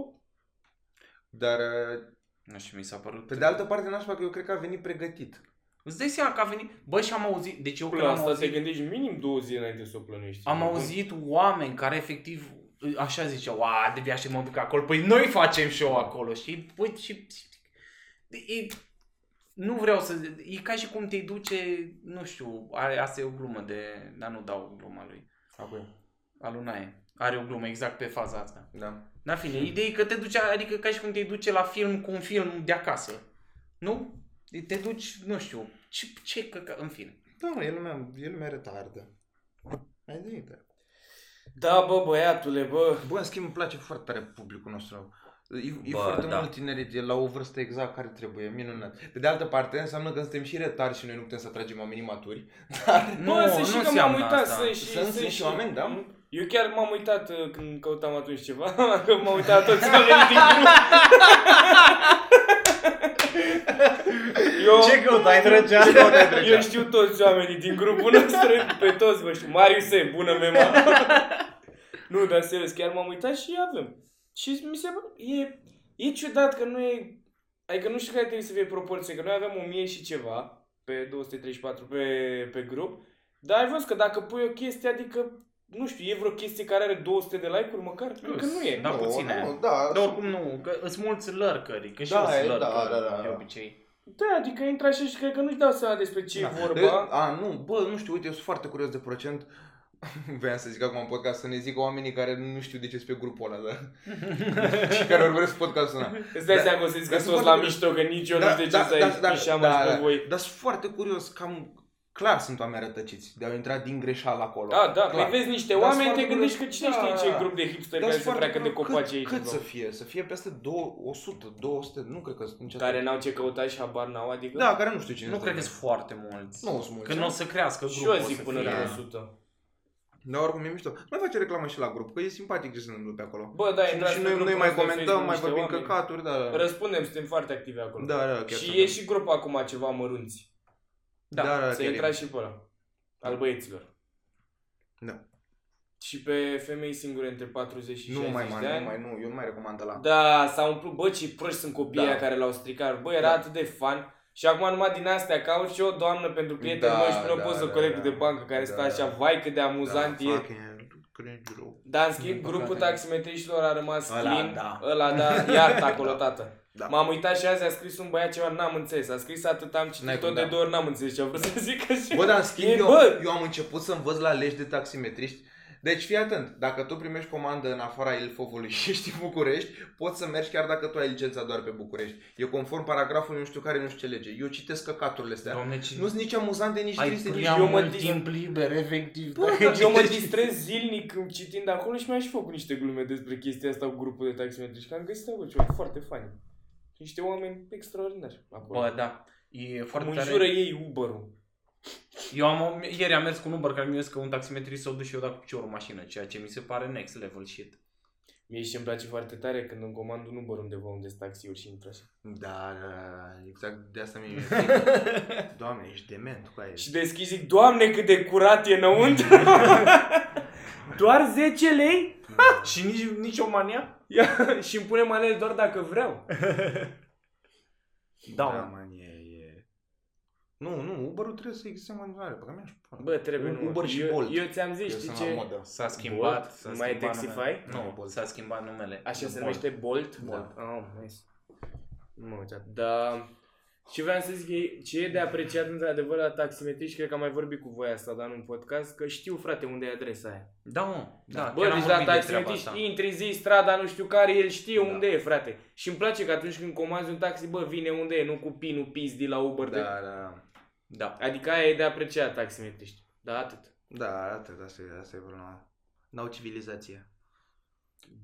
Dar, uh,
nu știu, mi s-a părut.
pe de altă parte, n-aș că eu cred că a venit pregătit.
Îți dai seama că a venit, bă, și am auzit, deci eu
până
când
la
am
asta te
auzit,
gândești minim două zile înainte să o plănești.
am auzit oameni care efectiv așa ziceau, a, de viață mă duc acolo, păi noi facem show acolo, păi, și uite, și E, nu vreau să... E ca și cum te duce, nu știu, are, asta e o glumă de... Dar nu dau gluma lui.
Apoi.
Alunae. Are o glumă exact pe faza asta.
Da.
Dar fine,
Hmm.
ideea e că te duce, adică ca și cum te duce la film cu un film de acasă. Nu? Te duci, nu știu, ce, ce căca, în fine.
Da, mă, e lumea, e lumea retardă. Ai de
Da, bă, băiatule, bă.
Bă, în schimb, îmi place foarte tare publicul nostru. E, e
Bă,
foarte
da.
mult tineri de la o vârstă exact care trebuie, minunat. Pe de altă parte, înseamnă că suntem și retarzi și noi nu putem să tragem oamenii maturi. Dar
Bă, nu, sunt și că m-am
înseamnă
uitat,
asta.
sunt și...
sunt, sunt și oameni, da?
Eu chiar m-am uitat uh, când căutam atunci ceva, că m-am uitat toți oamenii din grup. Eu,
Ce căutai, drăgea?
eu știu toți oamenii din grupul nostru, pe toți vă știu. Marius E, bună mema. nu, dar serios, chiar m-am uitat și avem. Și mi se e, e ciudat că nu e... Adică nu știu care trebuie să fie proporție, că noi avem 1000 și ceva pe 234 pe, pe grup. Dar ai văzut că dacă pui o chestie, adică, nu știu, e vreo chestie care are 200 de like-uri măcar? Cred că nu e.
Da,
Nu,
puține.
nu, Da,
Dar oricum nu, că îți mulți lărcări, că și
Da,
eu sunt
e, da,
lărcări,
da, da, da.
de obicei.
Da, adică intră așa și cred că nu-și dau seama despre
Da.
da.
ce e vorba.
Eu- a, nu, bă, nu știu, uite, eu sunt foarte curios de procent. Vreau să zic acum în podcast să ne zică oamenii care nu știu de ce sunt pe grupul ăla, da? și care urmăresc podcastul ăla.
Îți dai
Da.
seama că o să zic că
Dar
sunt
sunt
la
foarte- Da,
mișto, că nici eu nu știu de ce să aici pișeam azi pe voi.
Dar sunt foarte curios, cam clar sunt oameni rătăciți de au intrat din greșeală acolo.
Da, da,
clar.
păi vezi niște
Dar
oameni,
sunt
te
foarte
gândești că
curios.
cine
Da.
știe ce grup de hipsteri
Dar
care
sunt
se
foarte
treacă de
curios,
copaci
cât,
aici.
Cât
bă.
să fie? Să fie peste două- 100, 200, nu cred că sunt nici
Care
atât.
n-au ce căuta și habar n-au, adică...
Da, care nu știu cine
Nu cred că
sunt.
sunt foarte mulți.
Nu sunt mulți.
Că nu o să crească
Și
grupul.
eu
o
zic
să
până
fie.
la
Da.
100.
Dar oricum e mișto. Mai face reclamă și la grup, că e simpatic ce se întâmplă pe acolo.
Bă, da,
Și,
intrați
și
pe
noi,
grupul
noi mai
ăsta de
comentăm,
Facebook
mai
niște
vorbim
oameni.
căcaturi, da. da.
Răspundem, suntem foarte activi acolo.
Da, da, chiar
și
suntem.
e și grup acum ceva mărunți.
da, da, da,
Să
chiar e.
intrați și pe ăla. Al băieților.
Da.
Și pe femei singure între 40 și
Nu
60
mai,
de
mai,
ani.
nu mai, nu, eu nu mai recomand la.
Da, s-a umplut, bă, ce proști sunt copiii
Da.
da. care l-au stricat. Bă, era
Da.
atât de fan. Și acum numai din astea caut și o doamnă pentru prietenul
Da,
meu și pun o
da,
poză
da,
colegul
da.
de bancă care
Da,
stă
da.
așa, vai cât de amuzant
da,
e.
fucking cringe rău.
Dar în
Din
schimb, grupul
păcate.
taximetriștilor a rămas
Ăla,
clean.
da.
Ăla, da, iartă acolo,
Da.
tată.
Da.
M-am uitat și azi a scris un băiat ceva, n-am înțeles. A scris atât, am
N-ai
citit
cum,
tot de
da.
două ori, n-am înțeles ce a vrut să zic. și-
Bă, dar în schimb,
E,
eu,
bă!
eu am început să învăț la legi de taximetriști. Deci fii atent, dacă tu primești comandă în afara Ilfovului și ești în București, poți să mergi chiar dacă tu ai licența doar pe București. E conform paragraful nu știu care, nu știu ce lege. Eu citesc căcaturile astea.
Doamne, ce...
Nu sunt nici amuzante, nici
ai
triste, nici
prea
eu mă
mult
dis-
timp liber, efectiv.
Bă,
dacă
eu mă
citești.
distrez zilnic citind acolo și mi-am și făcut niște glume despre chestia asta cu grupul de taximetriști, că am găsit acolo ceva foarte fain. Și niște oameni extraordinari acolo.
Bă, da. E foarte
Mă
tare.
înjură ei Uber-ul.
Eu am, ieri am mers cu un Uber care mi-a zis că un taximetrist s-a dus și eu dat cu piciorul în mașină, ceea ce mi se pare next level shit.
Mie și îmi place foarte tare când îmi comand un Uber undeva unde sunt taxiuri și intră așa.
Da, da, da, exact de asta mi-e frică. Doamne, ești dement cu aia.
Și deschid zic, Doamne cât de curat e înăuntru! doar 10 lei?
Și nici, nici o mania?
Ia, și îmi pune manele doar dacă vreau.
Da,
da
mă.
man, e, e... Nu, nu, Uber-ul trebuie să existe în continuare, pe că mi-aș pune.
Bă, trebuie
Un
nu.
Uber și
eu,
Bolt.
Eu ți-am zis,
Eu
știi
sunt
ce?
la modă.
S-a schimbat.
Bolt?
s-a
Nu mai e
schimbat
Taxify?
numele.
Nu, da,
Nu,
Bolt.
s-a schimbat numele.
Așa
De
se
Bolt.
numește Bolt?
Da.
Oh, nice. Nu m-am uitat. Da. Și vreau să zic e- ce e de apreciat într-adevăr la taximetriști, cred că am mai vorbit cu voi asta, dar nu în podcast, că știu frate unde e adresa aia.
Da, mă. Da,
Bă,
chiar am
deci la
vorbit de treaba
taximetriști
asta.
intri, zi strada, nu știu care, el știe
Da.
unde e, frate. Și îmi place că atunci când comanzi un taxi, bă, vine unde e, nu cu pinul pizdi la Uber. De...
Da, da,
Da.
Adică aia e de apreciat taximetriști. Da, atât.
da, atât, asta e, asta e problema. N-au civilizație.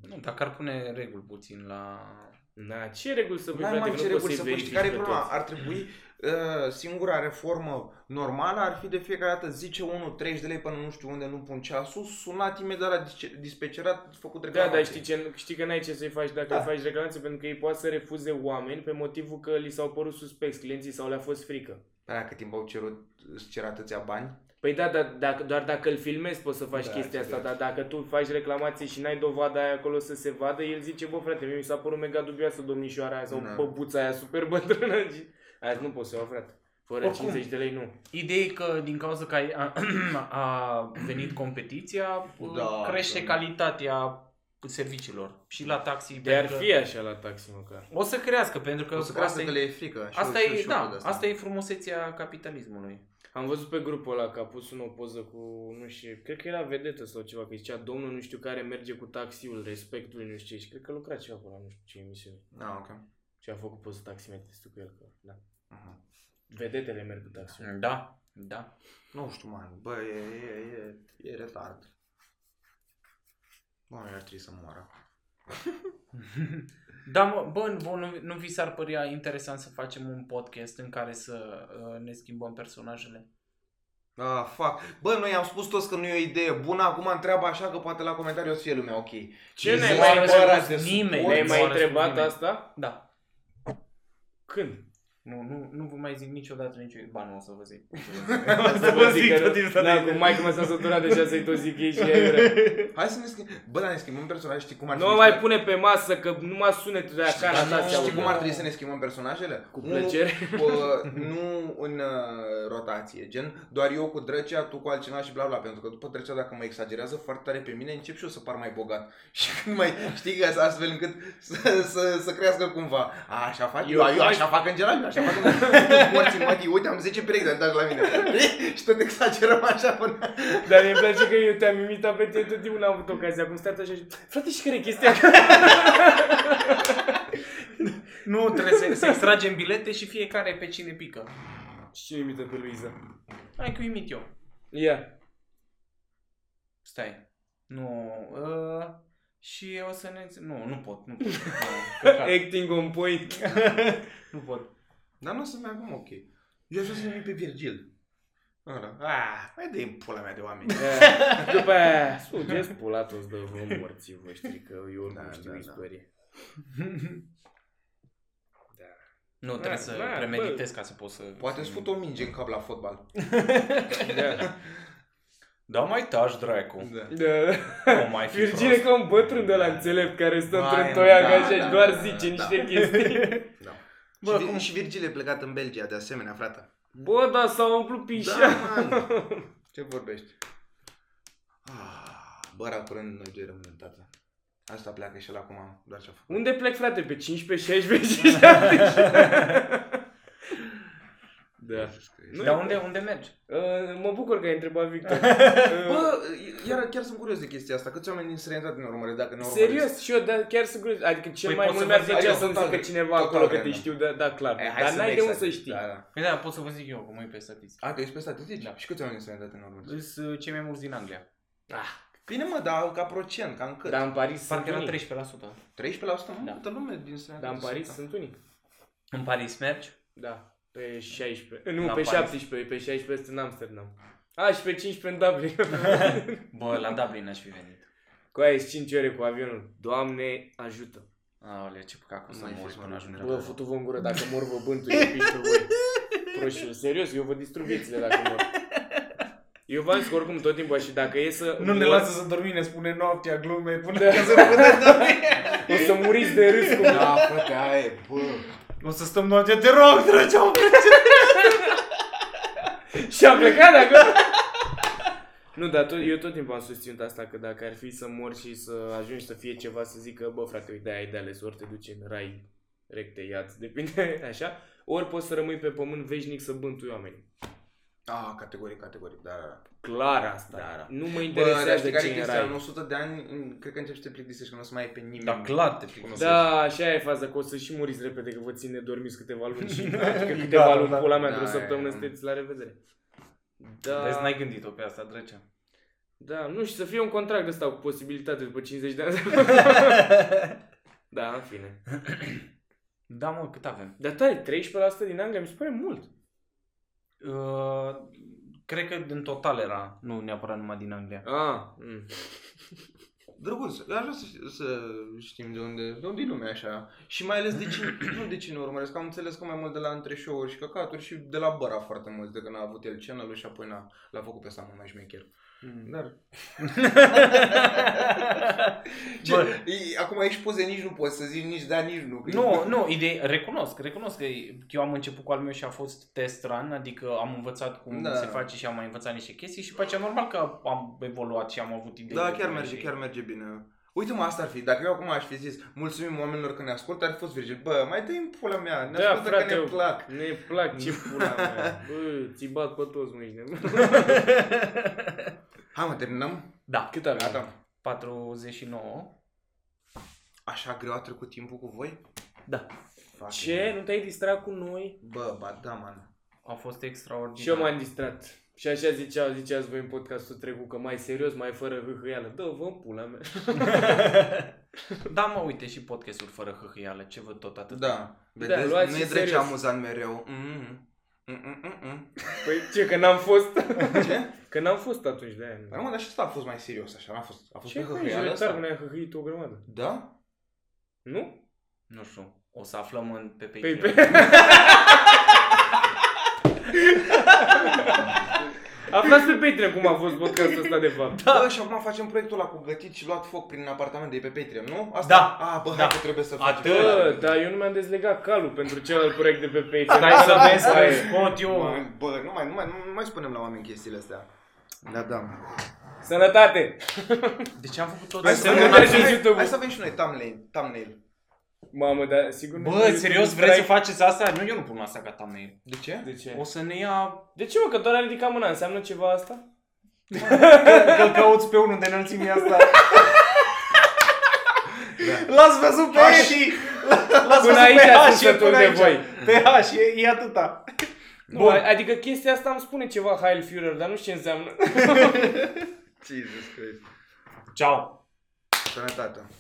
Nu, dacă ar pune reguli puțin la...
Na, ce reguli să pui,
N-ai
Păi, frate,
mai
că
ce
nu poți
reguli
să-i
să pui.
verifici
Care e
pe
problema?
toți.
Ar trebui, uh, singura reformă normală ar fi de fiecare dată, zice unul 30 de lei până nu știu unde, nu pun ceasul, sunat imediat la disce- dispecerat, făcut
Da,
reclamație.
dar știi, ce, știi că n-ai ce să-i faci dacă
Da.
îi faci reclamație, pentru că ei poate să refuze oameni pe motivul că li s-au părut suspecți clienții sau le-a fost frică.
Aia cât timp au cerut, îți cer atâția bani.
Păi da, dar dacă, doar dacă îl filmezi poți să faci
Da,
chestia asta, dar
înțeleg.
dacă tu faci reclamație și n-ai dovada aia acolo să se vadă, el zice, bă frate, mie mi s-a părut mega dubioasă domnișoara aia sau
Da.
băbuța aia super bătrână. și- Aia nu poți să o iau, frate. Fără
Oricum.
50 de lei nu.
Ideea e că din cauza că ai- a, a venit competiția,
Da,
crește
da.
calitatea serviciilor și la taxi.
Dar
pentru că-
fi așa la taxi măcar.
O să crească, pentru că,
O să
asta,
crească că le
e,
e frică. Și
asta,
și-
e,
și
da,
de
asta. asta e frumusețea capitalismului.
Am văzut pe grupul ăla că a pus un o poză cu, nu știu, cred că era vedetă sau ceva, că zicea domnul nu știu care merge cu taxiul respectului, nu știu ce, și cred că lucra ceva acolo, nu știu ce emisiune.
Ah, ok.
Și a făcut poză taximetristul cu el, că, da.
Aha.
Vedetele merg cu taxiul.
Da, da.
Nu știu, man. Bă, e, e, e, e retard. Oamenii ar trebui să moară.
Da, mă, bă, nu, nu- nu vi s-ar părea interesant să facem un podcast în care să uh, ne schimbăm personajele?
Ah, fac. Bă, noi am spus toți că nu e o idee bună, acum întreabă așa că poate la comentarii o să fie lumea ok.
Ce
Zis
ne-ai
la
mai
bărat
întrebat?
de suport.
Nimeni.
Ne-ai
Nu
mai
are
întrebat
nimeni.
asta?
Da.
Când?
Nu, nu, nu vă mai zic niciodată nicio... Ba, nu o să vă zic.
O să vă zic că da, cu maică mea s-a săturat deja să-i tot zic ei și ea iurea.
Hai să ne schimbăm. Bă, dar ne schimbăm personaje, știi cum ar
Nu
trebui
mai
să-
pune pe masă că nu mă sunetul de
Știi-
acana ta
știi
se aude.
cum ar trebui să ne schimbăm personajele?
Cu
Unul-
plăcere.
Bă, nu în uh, rotație, gen doar eu cu Drăcea, tu cu altcineva și bla bla, pentru că după Drăcea dacă mă exagerează foarte tare pe mine, încep și eu să par mai bogat. Și când mai știi că asta astfel încât să, să, să crească cumva. A, așa fac? Eu, eu, așa fac în general, eu așa fac în general. Morții mătii, uite, am 10 perechi de la mine. și tot exagerăm așa până...
Dar mi-e place că eu te-am imitat pe tine tot timpul, n-am avut ocazia. Cum stai tu așa și... Frate, și care e chestia?
nu, trebuie să, să extragem bilete și fiecare pe cine pică.
Și cine imită pe Luiza?
Hai că imit eu.
Ia.
Stai. Nu. Uh, și eu o să ne... Nu, nu pot. Nu pot. Nu, păcat.
Acting on point.
nu pot.
Dar nu o să-mi acum ok. Eu aș vrea să nimic pe Virgil. Ăla. Ah, mai dă-i în pula mea de oameni.
Ia. După aia, sugeți pulatul îți dă vă morții voștri, că eu oricum
Da,
știu
da, da.
istorie. Da.
Nu,
Da,
trebuie să
da,
premeditez ca să pot să...
Poate îți fut o minge în cap la fotbal.
Da.
Da, mai taci, dracu.
Da.
da.
Nu mai fi
Virgil e
prost.
ca un bătrân de la înțelept care stă
Mai,
într-un toiag
da,
așa
da,
și doar
da,
zice
da.
niște chestii.
Da.
Bă,
și,
cum-
cum... și Virgil e plecat în Belgia, de asemenea, frate. Da,
Bă, dar s-a umplut pișa.
man. Ce vorbești? Ah, bă, la curând noi doi rămânem, tată. Asta pleacă și el acum, doar ce-a făcut.
Unde plec, frate? Pe 15, 16, 17? Da. Nu,
Dar unde, unde mergi?
Uh, mă bucur că ai întrebat Victor.
Bă, iar, chiar sunt curios de chestia asta. Câți oameni din străinătate ne urmăresc dacă ne urmăresc?
Serios, și eu da, chiar sunt curios. Adică cel
Păi
mai
pot
mult
să
mi-ar
vă
zic-
plăcea
adică
să-mi
total-
zică cineva
total
acolo că te
random.
știu, da, da clar.
Eh, hai
Dar
să
n-ai
ne
de unde să
exagerăm.
știi.
Da, da.
Păi da, pot să vă zic eu, cum e pe statistică.
A, că ești pe statistici?
Da.
Și câți oameni din străinătate ne urmăresc?
Sunt uh, cei mai mulți din Anglia.
Bine mă, dar ca procent, cam cât?
Dar în Paris sunt
Parcă era
unii.
13%.
13% mă,
Da.
multă lume din
Dar
străinătate.
în Paris sunt unii.
În Paris mergi?
Da, pe 16. Nu,
La
pe
Paris.
17, pe 16 sunt în Amsterdam. A, și pe 15 în Dublin.
Bă, la Dublin aș fi venit.
Cu aia 5 ore cu avionul. Doamne, ajută.
Aoleu, ce păcat că o să
Mai
mor
fiți, mă,
până ajung.
Bă,
acolo.
futu-vă în gură dacă mor vă bântuie pișul voi. Proștiu, serios, eu vă distrug viețile dacă mor. Eu v-am zis că oricum tot timpul și dacă e să mor,
să dormim, ne spune noaptea, glume, până
Da.
când se rămâne dormi.
o să muriți de râs cum
Da, frate, aia e, bă.
O să stăm noaptea, te rog, dragi, am
Și am plecat de acolo. Nu, dar tot, eu tot timpul am susținut asta că dacă ar fi să mor și să ajungi să fie ceva să zică, bă frate, uite, ai de ales, ori te duci în rai recte, iați, depinde, așa, ori poți să rămâi pe pământ veșnic să bântui oamenii.
Ah, categoric, categoric, da, da, da.
Clar asta.
Da, da.
Nu mă
Bă, în
interesează
realitate, care
ce e
e
în
chestia?
rai.
În 100 de ani, în- cred că începi să te plictisești, că nu o să mai ai pe nimeni.
Da, clar te plictisești.
Da, așa e faza, că o să și muriți repede, că vă țin nedormiți câteva luni și adică câteva
Gata,
luni,
da.
pula mea, într-o
Da, e,
săptămână
mm.
sunteți la revedere. Da,
Vezi, n-ai gândit-o pe asta, drăcea.
da, nu și să fie un contract ăsta cu posibilitate după 50 de ani. da, în fine.
Da, mă, cât avem?
Dar tare, 13% din Anglia mi se pare mult.
Uh, cred că din total era, nu neapărat numai din Anglia.
Ah, mm.
Drăguț, eu aș vrea să, ști- să știm de unde, de unde e lumea așa. Și mai ales de cine, nu de cine urmăresc, că am înțeles că mai mult de la între show-uri și căcaturi și de la Băra foarte mult, de când a avut el channel și apoi n-a, l-a făcut pe ăsta mult mai șmecher. Dar... Ce,
Bă.
e, acum aici poze nici nu poți să zici nici da, nici nu. că-
Nu, nu, idei, recunosc, recunosc că eu am început cu al meu și a fost test run, adică am învățat cum
Da.
se face și am mai învățat niște chestii și pe aceea normal că am evoluat și am avut idei.
Da,
de
chiar
bune
merge,
și-
chiar merge bine. Uite-mă, asta ar fi. Dacă eu acum aș fi zis, mulțumim oamenilor că ne ascultă, ar fi fost Virgil. Bă, mai dă-i în pula mea, ne
Da,
ascultă
frate,
că ne
eu-
plac.
Ne plac ce pula mea. Bă, ți bat pe toți mâine.
Hai mă, terminăm?
Da.
Cât avem?
Gata.
49.
Așa greu a trecut timpul cu voi?
Da.
Fuck
Ce? Nu te-ai distrat cu noi?
Bă, ba da, man.
A fost
Și eu
extraordinar.
m-am distrat. Și așa ziceau, ziceați voi în podcastul trecut că mai serios, mai fără hâhâială. Dă-vă în pula mea.
Da, mă, uite și podcastul fără hâhâială, ce văd tot atât.
Da. Vedeți,
luați
nu
și
e drept ce
serios.
amuzant mereu. Mm-mm. Mm-mm-mm-mm.
Păi ce, că n-am fost?
Ce?
Că n-am fost atunci de
Dar mă,
aia.
dar și asta a fost mai serios așa, n-a fost, a fost
Ce
pe
hăi,
hăhăială
juritar,
asta.
ne-a hăhăit o grămadă.
Da?
Nu?
Nu știu, o să aflăm în, pe
Păi,
Patreon.
pe... Aflați pe Patreon cum a fost podcastul ăsta de fapt.
Da. Bă, și acum facem proiectul ăla cu gătit și luat foc prin apartament de pe Patreon, nu?
Da.
A, bă,
Da.
hai că trebuie să
Atât.
facem.
Bă, dar eu nu mi-am dezlegat calul pentru celălalt proiect de pe Patreon.
Stai să vezi
Aia e.
că Da, scot eu.
Bă, Bă, nu mai, nu mai, nu mai spunem la oameni chestiile astea. Da, da.
Sănătate!
De ce am făcut tot
Hai
să
să,
nu
înseamnă-
avem,
mergi
hai,
în
să avem,
YouTube-ul.
hai să avem și noi thumbnail. thumbnail.
Mamă, dar sigur... nu-
Bă, serios, vrei să
Strike.
faceți asta? Nu, eu nu pun asta ca thumbnail.
De ce?
De ce?
O să ne ia...
De ce, mă, că doar a ridicat mâna? Înseamnă ceva asta?
Că cauți pe unul de înălțimea asta.
Da.
L-ați văzut pe
H.
și... L-ați
Până
văzut
aici
pe
sunt
H și
sătul
până
de
aici.
voi.
Pe H, e, e atâta.
Nu,
Bun.
a- adică chestia asta îmi spune ceva Heil Führer, dar nu știu ce înseamnă.
Jesus Christ.
Ciao.
Sănătate.